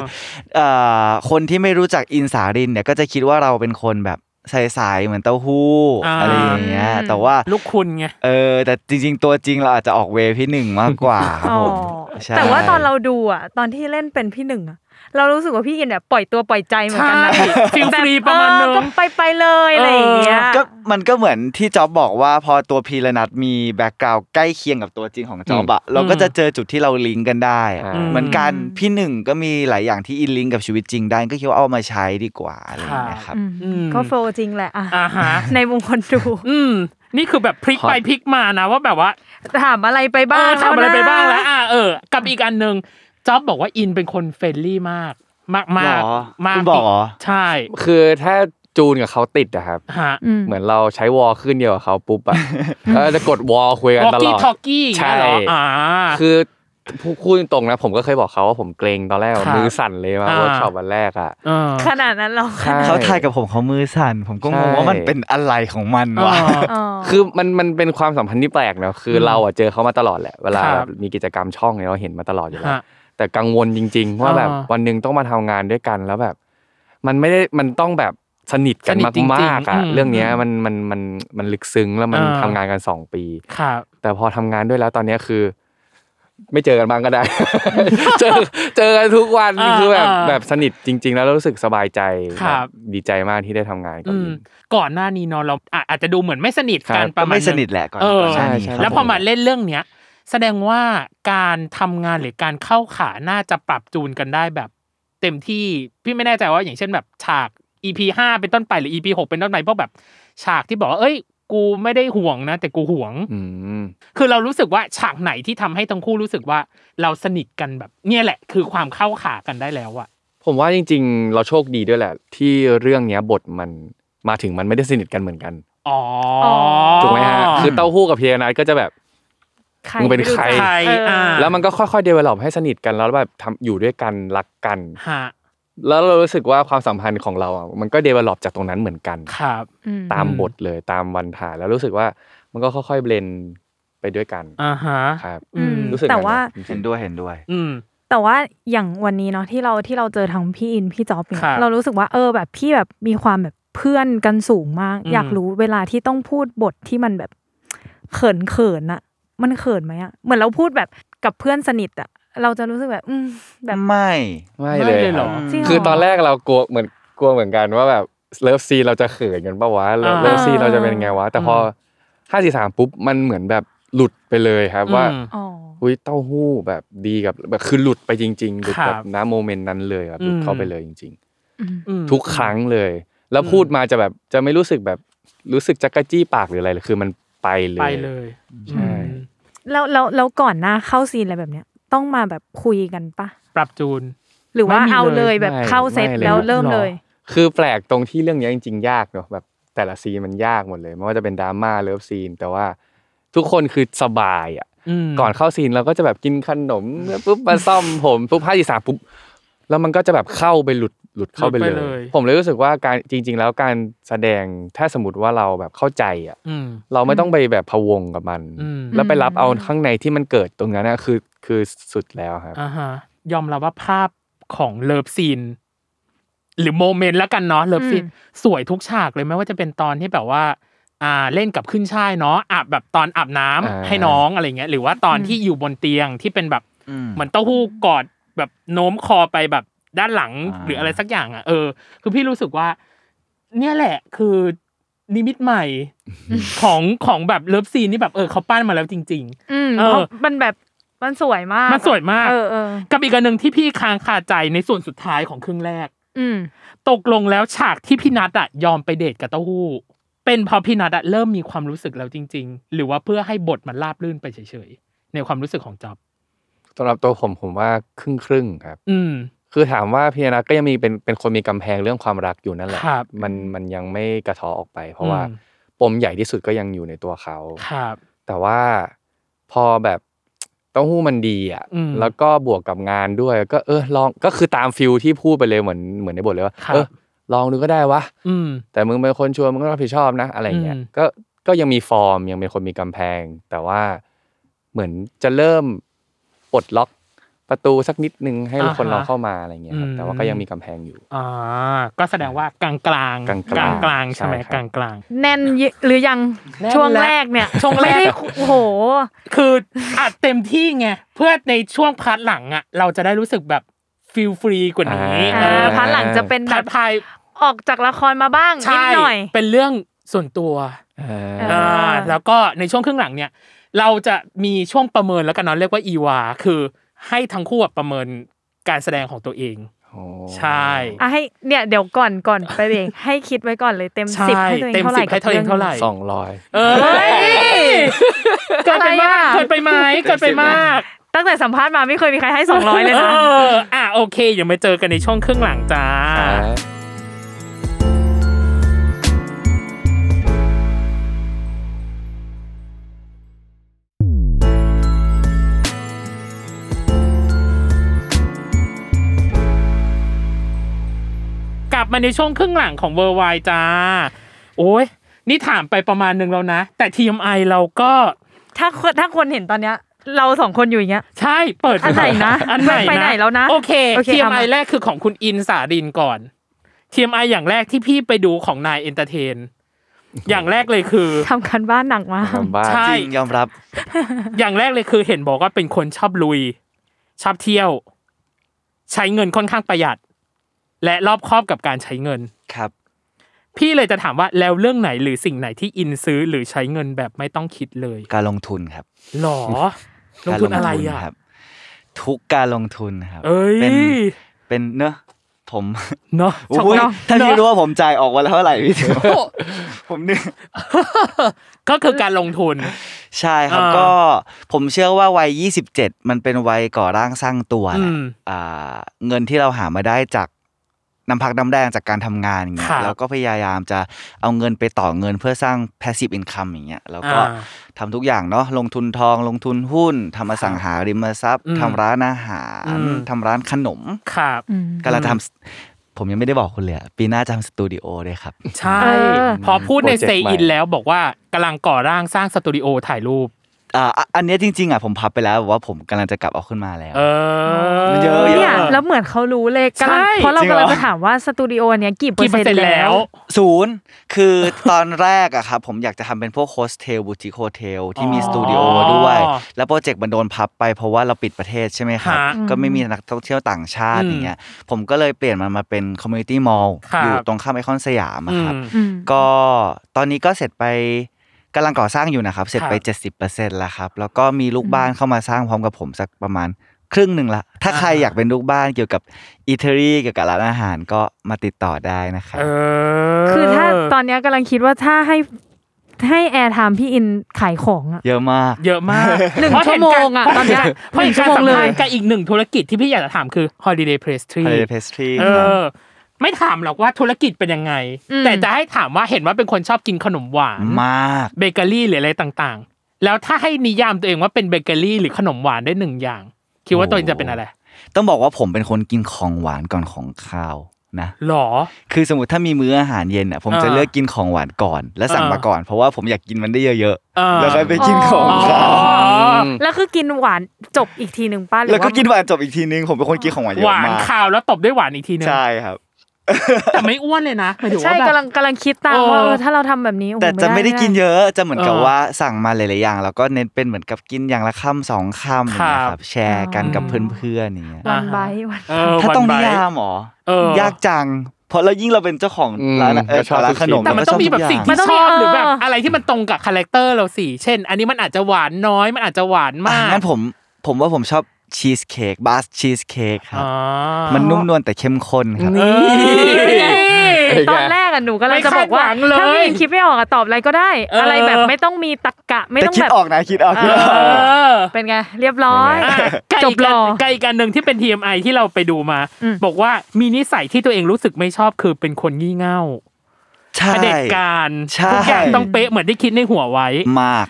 S4: เอ่อคนที่ไม่รู้จักอินสารินเนี่ยก็จะคิดว่าเราเป็นคนแบบใสายๆเหมือนเต้าหู้
S3: อ่า
S4: อะไรอย่างเงี้ย
S6: อืม
S4: แต่ว่า
S3: ลูกคุณไง
S4: เออแต่จริง ๆ ตัวจริงเราอาจจะออกเวย์พี่หนึ่งมากกว่าครับผมใช่
S6: แต่ว่าตอนเราดูอ่ะ ตอนที่เล่นเป็นพี่หนึ่งอ่ะ เรารู้สึกว่าพี่อินเนี่ยปล่อยตัวปล่อยใจเหมือนกันนะ
S3: ใช่ feel
S6: แบบ
S3: free ประมาณนึง
S6: เออก็ไปไปๆเลยอะไรอย่างเงี้ย
S4: ก็มันก็เหมือนที่จ๊อบบอกว่าพอตัวพีระนัทมีแบ็กกราวใกล้เคียงกับตัวจริงของจ๊อบอะเราก็จะเจอจุดที่เราลิงก์กันได้อะ
S5: อืม
S4: เหมือนกันพี่หนึ่งก็มีหลายอย่างที่อินลิงก์กับชีวิตจริงได้ก็คิดว่าเอามาใช้ดีกว่าอะไรอย่างเงี้ยครับ
S2: อืม
S3: อืม
S6: ก็โฟลว์จริงแหละอ่ะ
S3: อ่าฮะ
S6: ในมุมคนดู
S3: อืม นี่คือแบบพลิกไปพลิกมานะว่าแบบว่า
S6: ถามอะไรไปบ้าง
S3: เออทำอะไรไปบ้าง
S6: แล้
S3: แล้ว ว
S6: นะ
S3: อ่าเออ กับอีกอันหนึ่งจ๊อบบอกว่าอินเป็นคนเฟรนลี่มาก มากมาก
S4: หรอ
S3: มาก
S4: คุณบอกเหรอ
S3: ใช่
S5: คือถ้าจูนกับเขาติดอะครับ
S3: ฮะ
S2: อืม
S5: เหมือนเราใช้วอลขึ้นเดียวกับเขาปุ๊บอะแล้วจะกดวอลคุยกัน
S3: วอก
S5: ตล
S3: กี้
S5: อด
S3: ทอกกี้อย่างเงี้ยเหรอ
S5: ใช่
S3: อ่า
S5: คือพูพูดตรงๆนะ ผมก็เคยบอกเขาว่าผมเกรงตอนแรกอะ
S3: ครับ
S5: มือสั่นเลยมา
S3: อ่า
S5: เวิร์กช็อปวันแรกอะ
S3: เออ
S6: ขนาดนั้นหรอ
S5: ใช่
S4: เขาทายกับผมเขามือสั่นผมก็งงว่ามันเป็นอะไรของมันวะ
S6: อ๋อ
S5: คือมันมันเป็นความสัมพันธ์ที่แปลกเนอะคือเราอะเจอเขามาตลอดแหละ เวลา
S3: ครับ
S5: แบบมีกิจกรรมช่องเนี่ยเราเห็นมาตลอดอยู่แล้ว
S3: ฮะ
S5: แต่กังวลจริง ๆ ว่าแบบ
S3: อ่า
S5: วันหนึ่งต้องมาทำงานด้วยกันแล้วแบบ มันไม่ได้มันต้องแบบสนิทกัน
S3: สนิทจริงๆ
S5: มากๆ
S3: อื
S5: อ่ะ
S3: ม
S5: เรื่องเนี้ยมันมันมันมันลึกซึ้งแล้วมัน
S3: อ่า
S5: ทำงานกันสองปี
S3: ครับ
S5: แต่พอทำงานด้วยแล้วตอนเนี้ยคือ ไม่เจอกันบ้างก็ได้ เจ อเจอกันทุกวัน
S3: อ่า
S5: คือแบบ
S3: อ่า
S5: แบบสนิทจริง ๆ แล้วรู้สึกสบายใจ
S3: ครับ
S5: แบบดีใจมากที่ได้ทำงานกับ
S3: อืม
S5: อิน
S3: ก่อนหน้านี้เนอะเราอ่ะอาจจะดูเหมือนไม่สนิทกัน
S5: ครับ
S3: ประมาณ
S4: ไม่สนิท
S3: ง
S4: แหละก่อน
S3: เออ
S4: ก่อนหน้านี้
S5: ใช่
S4: ครั
S5: ใช่
S4: บ
S3: แล้วพอมาเล่นเรื่องเนี้ย แสดงว่าการทำงานหรือการเข้าขาน่าจะปรับจูนกันได้แบบ เต็มที่พี่ไม่แน่ใจว่าอย่างเช่นแบบฉาก EP ห้าเป็นต้นไปหรือ EP หกเป็นต้นไปพวกแบบฉากที่บอกว่าเอ้ย กูไม่ได้ห่วงนะ แต่กูห่วง
S5: อืม
S3: คือเรารู้สึกว่าฉากไหนที่ทำให้ทั้งคู่รู้สึกว่าเราสนิทกันแบบ เนี่ยแหละ คือความเข้าขากันได้แล้วอะ
S5: ผมว่าจริง ๆ เราโชคดีด้วยแหละ ที่เรื่องเนี้ยบทมันมาถึงมันไม่ได้สนิทกันเหมือนกัน
S3: อ๋อ
S5: ถูกไหมฮะคือเต้าหู้กับเพียนัทก็จะแบบ มึงเป็นใคร
S3: ใคร
S6: เอออ่
S3: อ่า
S5: แล้วมันก็ค่อยๆเดเวล็อปให้สนิทกันแล้วแบบทำอยู่ด้วยกันรักกัน
S3: ฮะ
S5: แล้วเรารู้สึกว่าความสัมพันธ์ของเราอ่ะมันก็เดเวล็อปจากตรงนั้นเหมือนกัน
S3: ครับ
S2: อืม
S5: ตามบทเลยตามวันถ่ายแล้วรู้สึกว่ามันก็ค่อยๆเบลนไปด้วยกัน
S3: อ่าฮะ
S5: ครับ
S3: อืม
S5: รู้สึก
S6: แต่ว่า
S5: อย่งนั้นนะจ
S4: เห็น
S5: ริงๆ
S4: ด้วยเห็นด้วย
S3: อืม
S6: แต่ว่าอย่างวันนี้เนาะที่เราที่เราเจอทั้งพี่อินพี่จอบเนี่ย
S3: ครับ
S6: เรารู้สึกว่าเออแบบพี่แบบมีความแบบเพื่อนกันสูงมาก
S3: อืม
S6: อยากรู้เวลาที่ต้องพูดบทที่มันแบบเขินเขินอะมันเขินไหมอะเหมือนเราพูดแบบกับเพื่อนสนิทอะเราจะรู้สึกแบบ อืมแบบ
S4: ไม่
S5: ไม่เลย
S3: ไม่เลยเหรอ
S5: ครับ
S6: จริงเหรอ
S5: คือตอนแรกเรากลัวเหมือนกลัวเหมือนกันว่าแบบเลิฟซีเราจะเขินกันปะวะเลิฟ
S3: อ่า
S5: เลิฟซีเราจะเป็นไงวะ แต่พอห้าสี่สามปุ๊บมันเหมือนแบบหลุดไปเลยครับว่า
S3: อืม
S6: ๋อ
S5: อุ้ยเต้าหู้แบบดีกับแบบคือหลุดไปจริงๆหลุด
S3: ครั
S5: แบบ บน้าโมเมนต์นั้นเลยครับหลุด
S3: อืม
S5: เข้าไปเลยจริง
S3: อืม
S5: ๆ ทุกครั้งเลย แล้ว
S3: อืม
S5: พูดมาจะแบบจะไม่รู้สึกแบบรู้สึกจักกะจี้ปากหรืออะไรเลยคือมันไปเลย
S3: ไปเลย
S5: ใช่
S3: อืม
S6: แล้วแล้วแล้วก่อนหน้าเข้าซีนอะไรแบบเนี้ยต้องมาแบบคุยกันปะ
S3: ปรับจูน
S6: หรือว่า
S3: ไม่มี
S6: เอา
S3: เล
S6: เลย ยแบบ
S5: ไม่
S6: เข้าเซต
S5: ไม่เลย
S6: แล้ว
S5: ครับ
S6: เริ่มเลย
S5: คือแปลกตรงที่เรื่องเนี้ยจริงๆ ยากเนอะแบบแต่ละซีนมันยากหมดเลยไม่ว่าจะเป็นดราม่าเลิฟซีน แต่ว่าทุกคนคือสบายอ่ะ
S3: ม
S5: ก่อนเข้าซีนเราก็จะแบบกินขนมปุ๊บมาซ่อมผมปุ๊บห้าสี่สามปุ๊บแล้วมันก็จะแบบเข้าไปหลุดหลุดเข้าไปเลย ผมเลยรู้สึกว่าการจริง ๆ แล้วการแสดงถ้าสมมติว่าเราแบบเข้าใจอ่ะ
S3: อืม
S5: เราไม่ต้องไปแบบพะวงกับมัน
S3: อืม
S5: แล้วไปรับเอาข้างในที่มันเกิดตรงนั้นนะคือคือสุดแล้วครับ
S3: อ่าฮะยอมรับว่าภาพของเลิฟซีน หรือโมเมนต์แล้วกันเนาะเลิฟซีน
S6: อืม
S3: สวยทุกฉากเลยไม่ว่าจะเป็นตอนที่แบบว่า อ่าเล่นกับขึ้นช่ายเนาะอาบแบบตอนอาบน้ำ
S5: อ่า
S3: ให้น้องอะไรเงี้ย หรือว่าตอนที่อยู่บนเตียงที่เป็นแบบ
S4: อืม
S3: เหมือนเต้าหู้กอดแบบโน้มคอไปแบบด้านหลัง
S4: อ่า
S3: หรืออะไรสักอย่างอ่ะเออ คือพี่รู้สึกว่า เนี่ยแหละคือนิมิตใหม่ของของแบบเลิฟซีนที่แบบเออเขาปั้นมาแล้วจริง ๆ
S6: อืม
S3: เออ
S6: เพราะมันแบบมันสวยมาก
S3: มันสวยมาก
S6: เออเออ
S3: กับอีกอันหนึ่งที่พี่ค้างคาใจในส่วนสุดท้ายของครึ่งแรก
S6: อืม
S3: ตกลงแล้วฉากที่พี่นัทอะยอมไปเดทกับเต้าหู้ เป็นเพราะพี่นัทอะเริ่มมีความรู้สึกแล้วจริง ๆ หรือว่าเพื่อให้บทมันราบรื่นไปเฉยๆในความรู้สึกของจอบ
S5: สำหรับตัวผมผมว่าครึ่งครึ่งๆครับ
S3: อืม
S5: คือถามว่าพี่นัทก็ยังมีเป็นเป็นคนมีกำแพงเรื่องความรักอยู่นั่นแหละ
S3: ครับ
S5: มันมันยังไม่กระเทอออกไป เพราะว่า
S3: อืม
S5: ปมใหญ่ที่สุดก็ยังอยู่ในตัวเขา
S3: ครับ
S5: แต่ว่าพอแบบเต้าหู้มันดีอ่ะ
S3: อืม
S5: แล้วก็บวกกับงานด้วย ก็เออลองก็คือตามฟิลที่พูดไปเลยเหมือนเหมือนในบทเลยว่า
S3: ครับ
S5: เออลองดูก็ได้วะ
S3: อืม
S5: แต่มึงเป็นคนชวนมึงก็รับผิดชอบนะอะไรเงี้ย
S3: อืม
S5: ก็ก็ยังมีฟอร์มยังเป็นคนมีกำแพง แต่ว่า เหมือนจะเริ่มปลดล็อกประตูสักนิดนึงให้
S3: อ่าฮะ
S5: คนเราเข้ามาอะไรเงี้ยครับ
S3: อืม
S5: แต่ว่าก็ยังมีกำแพงอยู่
S3: อ่าก็แสดงว่ากลางกลาง
S5: กลางๆ
S3: กลางๆใช่ไหม
S5: ใช่ครับ
S3: กลางกลาง
S6: แน่นเยอะหรือยัง
S3: แน่น
S6: ช่วง
S3: แล้ว
S6: แรกเนี่ย
S3: ช่วงแรก
S6: ไม่ได้โอ้โห
S3: ๆคืออัดเต็มที่ไงเพื่อในช่วงพาร์ทหลังอ่ะเราจะได้รู้สึกแบบฟิลฟรีกว่านี้
S5: อ่า
S3: เออ
S6: พันหลังจะเป็นแบ
S3: พาร์
S6: บ
S3: ทพาย
S6: ออกจากละครมาบ้างนิด
S3: ใช่
S6: หน่อย
S3: เป็นเรื่องส่วนตัว
S5: เออ
S6: เอ
S3: อ่าแล้วก็ในช่วงครึ่งหลังเนี่ย เราจะมีช่วงประเมินแล้วกันเนาะเรียกว่าอีวา คือให้ทั้งคู่อะประเมินการแสดงของตัวเอง ใช่
S6: อ่ะให้เนี่ยเดี๋ยวก่อนก่อนไปเองให้คิดไว้ก่อนเลยเต็ม
S3: ใช่
S6: สิบให้ตัวเอง
S3: เต็ม
S6: เท่าไหร่
S3: 10ให้ตัวเอง
S6: กับ
S3: เท่าไหร่
S5: สองร้อย
S3: เอ้ยเกินไปมากเกินไปไหมเกินไปมาก
S6: ตั้งแต่สัมภาษณ์มาไม่เคยมีใครให้สองร้อยเลยนะ
S3: อออ่ะโอเคอย่ามาเจอกันในช่วงครึ่งหลังจ้า กลับมาในช่วงครึ่งหลังของเวอร์ไวจ้า โอ้ยนี่ถามไปประมาณหนึ่งแล้วนะ แต่ TMI เราก็
S6: ถ้าคนถ้าคนเห็นตอนเนี้ย เราสองคนอยู่อย่างเงี้ย
S3: ใช่เปิด
S6: อันไหนนะ
S3: อันไหน
S6: ไปไหนแล้วนะ
S3: โอเค
S6: โอเคเอามา
S3: TMI แรกคือของคุณอินสาดินก่อน TMI อย่างแรกที่พี่ไปดูของนายเอนเตอร์เทน อย่างแรกเลยคือ
S6: ทำกันบ้านหนักมาก
S5: ทำบ้าน
S3: ใช่
S4: จริงยอมรับ
S3: อย่างแรกเลยคือเห็นบอกว่าเป็นคนชอบลุย ชอบเที่ยว ใช้เงินค่อนข้างประหยัด และรอบคอบกับการใช้เงิน
S4: ครับ
S3: พี่เลยจะถามว่าแล้วเรื่องไหนหรือสิ่งไหนที่อินซื้อหรือใช้เงินแบบไม่ต้องคิดเลย
S4: การลงทุนครับ
S3: หรอลงทุนอะไรอ่ะ
S4: การลงทุนครับ ทุกการลงทุนครับ
S3: เอ้ย
S4: เป็น เป็นเนอะผม
S3: เนาะชอบ
S4: อุ๊ย
S3: เนอะ
S4: ถ้า
S3: เน
S4: พี่
S3: อะ
S4: รู้ว่าผมจ่ายออกวันละเท่าไหร่พี่ ผมเนี่ย
S3: ก็คือการลงทุน
S4: ใช่ครับ
S3: อ่า
S4: ก็ผมเชื่อว่าวัย 27 มันเป็นวัยก่อร่างสร้างตัวแหละ
S3: อืม
S4: อ่าเงินที่เราหามาได้จากน้ำพักน้ำแรงจากการทำงานอย่างเงี้
S3: ครั
S4: ย
S3: บ
S4: เราก็พยายามจะเอาเงินไปต่อเงินเพื่อสร้าง passive income อย่างเงี้ยแล้วก็
S3: อ่า
S4: ทำทุกอย่างเนาะลงทุนทองลงทุนหุ้นทำอสังหาริมทรัพย์
S3: อืม
S4: ทำร้านอาหาร
S3: อืม
S4: ทำร้านขนม
S3: ครับ
S4: กำลังจะทำผมยังไม่ได้บอกคุณเลยอะปีหน้าจะทำสตูดิโอด้วยครับ
S3: ใช่
S6: เออ
S3: พอพูดในเซ
S5: โปรจกต์
S3: อิน
S5: ใหม่
S3: แล้วบอกว่ากำลังก่อร่างสร้างสตูดิโอถ่ายรูป
S4: อ่าอ่ะอันเนี้ยจริงๆอ่ะผมพับไปแล้วว่าผมกำลังจะกลับเอาขึ้นมาแล้ว
S3: เออ
S4: เยอะ
S6: เนี่ยแล้วเหมือนเขารู้เลยกำลัง
S3: ใช่
S6: เพราะเรา
S4: จริงเหรอ
S6: กำลังจะถามว่าสตูดิโอเนี้ยกี่เปอ
S3: กี่
S6: ร์
S3: เปอร์
S6: เซ็
S3: เซ็
S6: นต์
S3: นต์
S6: แล้
S3: แล้ว ว
S4: ศูนย์คือ ตอนแรกอะครับผมอยากจะทำเป็นพวกโฮสเทลบูติโฮเทลที่มี
S3: อ๋อ
S4: สตูดิโอด้วย แล้วโปรเจกต์มันโดนพับไปเพราะว่าเราปิดประเทศใช่ไหมครับ
S3: ฮะ
S4: ก็ไม่มีนักท่องเที่ยวต่างชาติ
S3: อืม
S4: อย่างเงี้ยผมก็เลยเปลี่ยนมันมาเป็นคอมมูนิตี้มอลล์
S3: ครับ
S4: อยู่ตรงข้ามไอคอนสยาม
S3: อื
S4: อะครับ
S3: ม
S6: อืม
S4: ก็ตอนนี้ก็เสร็จไปกำลังก่อสร้างอยู่นะครับ เสร็จไป
S3: ครับ
S4: 70%แล้วครับ แล้วก็มีลูกบ้านเข้ามาสร้างพร้อมกับผมสักประมาณครึ่งหนึ่งละถ้าใคร
S3: อ่า
S4: อยากเป็นลูกบ้านเกี่ยวกับอิตาลีเกี่ยวกับร้านอาหารก็มาติดต่อได้นะครับ
S3: เออ
S6: คือถ้าตอนเนี้ยกำลังคิดว่าถ้าให้ให้แอร์ไทม์พี่อินขายของอะ
S4: เยอะมาก
S3: เยอะมาก
S6: หนึ่ง
S3: เพราะ
S6: ชั่วโมงอะ
S3: เห็
S6: ตอนเนี้ย
S3: เพราะเห็
S6: ห
S3: น
S6: นึ่งชั่
S3: การ
S6: วโมง
S3: สัม
S6: เลย
S3: ภาษณ์กับอีกหนึ่งธุรกิจที่พี่อยากจะถามคือ holiday pastry
S4: Holiday Pastry
S3: เอ
S4: ครับ
S3: อ ไม่ถามหรอกว่าธุรกิจเป็นยังไง
S6: อืม
S3: แต่จะให้ถามว่าเห็นว่าเป็นคนชอบกินขนมหวาน
S4: มาก
S3: เบเกอรี่หรืออะไรต่างๆ แล้วถ้าให้นิยามตัวเองว่าเป็นเบเกอรี่หรือขนมหวานได้หนึ่งอย่าง คิดว่าตัวเองจะเป็นอะไร
S4: ต้องบอกว่าผมเป็นคนกินของหวานก่อนของข้าวนะ
S3: หรอ
S4: คือสมมติถ้ามีมื้ออาหารเย็นอ่ะผมจะ
S3: อ่า
S4: เลือกกินของหวานก่อน และสั่ง
S3: อ่าม
S4: มาก่อน เพราะว่าผมอยากกินมันได้เยอะ
S3: เออ
S4: ๆ แล้วค่อยไปกินของ
S3: อ๋อ
S4: ข้าว
S6: แล้วคือกินหวานจบอีกทีหนึ่งป้าหรือ
S4: แล้วก็
S6: า
S4: กินหวานจบอีกทีนึง ผมเป็นคนกินของหวานเย
S3: ห
S4: อะ
S3: วาน
S4: มาก
S3: ข่าวแล้วตบด้วยหวานอีกทีนึง
S4: ใช่ครับ
S3: แต่ไม่อ้วนเลยนะหมายถึง
S6: ใช่
S3: ว่าแบบ
S6: กำลังกำลังคิดตาม
S3: เออ
S6: ว่าเออถ้าเราทำแบบนี้โอ้โห
S4: แต่จะไม่ได้กินเยอะจะเหมือนกับ
S3: เออ
S4: ว่าสั่งมาหลายๆอย่าง แล้วก็เน้นเป็นเหมือนกับกินอย่างละคำสองคำอย่างเงี้
S3: ครั
S4: ย
S3: บ
S4: ครับแชร์กันกับเพื่อนๆอย่างเงี้ย
S6: วั
S3: อ่า
S6: น
S3: ฮะ
S6: ไบท์วัน
S3: เออ
S4: ถ้าต้องนิ
S3: วันไบท์
S4: ยามหรอ
S3: เออ
S4: ยากจังเพราะแล้วยิ่งเราเป็นเจ้าของ
S5: อืม
S4: ร้านอะเออ
S5: ก็ชอบ
S4: ร้านขนม
S5: ทุกสิ่ง
S3: แต่มัน
S4: เราก็
S3: ต้อ
S4: ช
S3: งมีแบบ
S4: ทุกย่า
S3: สิ่งที่
S6: มันต้อง
S3: ช
S6: มี
S3: อบหรือ
S6: เออ
S3: แบบอะไรที่มันตรงกับคาแรคเตอร์เราสิ เช่น อันนี้มันอาจจะหวานน้อย มันอาจจะหวาน
S4: อ่ะ
S3: มาก
S4: งั้นผมผมว่าผมชอบชีสเค้กบาสชีสเค้กครับ
S3: อ๋อ
S4: มันนุ่มนวลแต่เข้มข้นครับ
S3: เออ
S6: ตอนแรกอ่ะหนูกำลังจะบอกว่า
S3: ไม่คาดหวังเลย
S6: ถ้ามีคิดไม่ออกอะตอบอะไรก็ได้
S3: เอออ
S6: อะไรแบบไม่ต้องมีตรกกะไม่
S4: แต่
S6: ต้อง
S4: คิด
S6: แบบ
S4: ออกนะคิดออกคิดออก
S3: เออ
S6: เป็นไง เรียบร้อย
S3: อ่ะไก่
S6: จบ
S3: อีก
S6: ร
S3: อัน
S6: อ
S3: ไก่อีกอันหนึ่งที่เป็น TMI ที่เราไปดูมา
S6: อืม
S3: บอกว่ามีนิสัยที่ตัวเองรู้สึกไม่ชอบคือเป็นคนงี่เง่า
S4: ใช่
S3: เผด็จการ
S4: ใช่
S3: ทุกอย่างต้องเป๊ะเหมือนที่คิดในหัวไว้
S4: มาก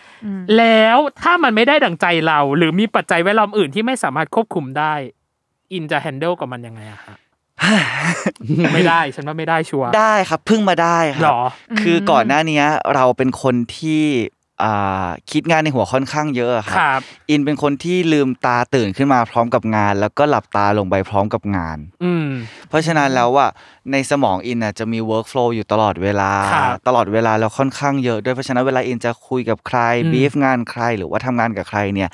S3: แล้วถ้ามันไม่ได้ดังใจเรา หรือมีปัจจัยแวดล้อมอื่นที่ไม่สามารถควบคุมได้ อินจะแฮนเดิลกับมันยังไงอะฮะ ไม่ได้ฉันว่าไม่ได้ชัวร์
S4: ได้ครับเพึ่งมาได้ค
S3: หร
S4: รับ
S3: อ
S4: คือก่อนหน้าเนี้ยเราเป็นคนที่ อ่าคิดงานในหัวค่อนข้างเยอะอะค
S3: ครับ รับ
S4: อินเป็นคนที่ลืมตาตื่นขึ้นมาพร้อมกับงาน แล้วก็หลับตาลงไปพร้อมกับงาน
S3: อืม
S4: เพราะฉะนั้นแล้วว่าในสมองอินน่ะจะมี workflow อยู่ตลอดเวลา
S3: ครับ
S4: ตลอดเวลาแล้วค่อนข้างเยอะด้วยเพราะฉะนั้นเวลาอินจะคุยกับใคร
S3: อืม
S4: บีฟงานใครหรือว่าทำงานกับใครเนี่ย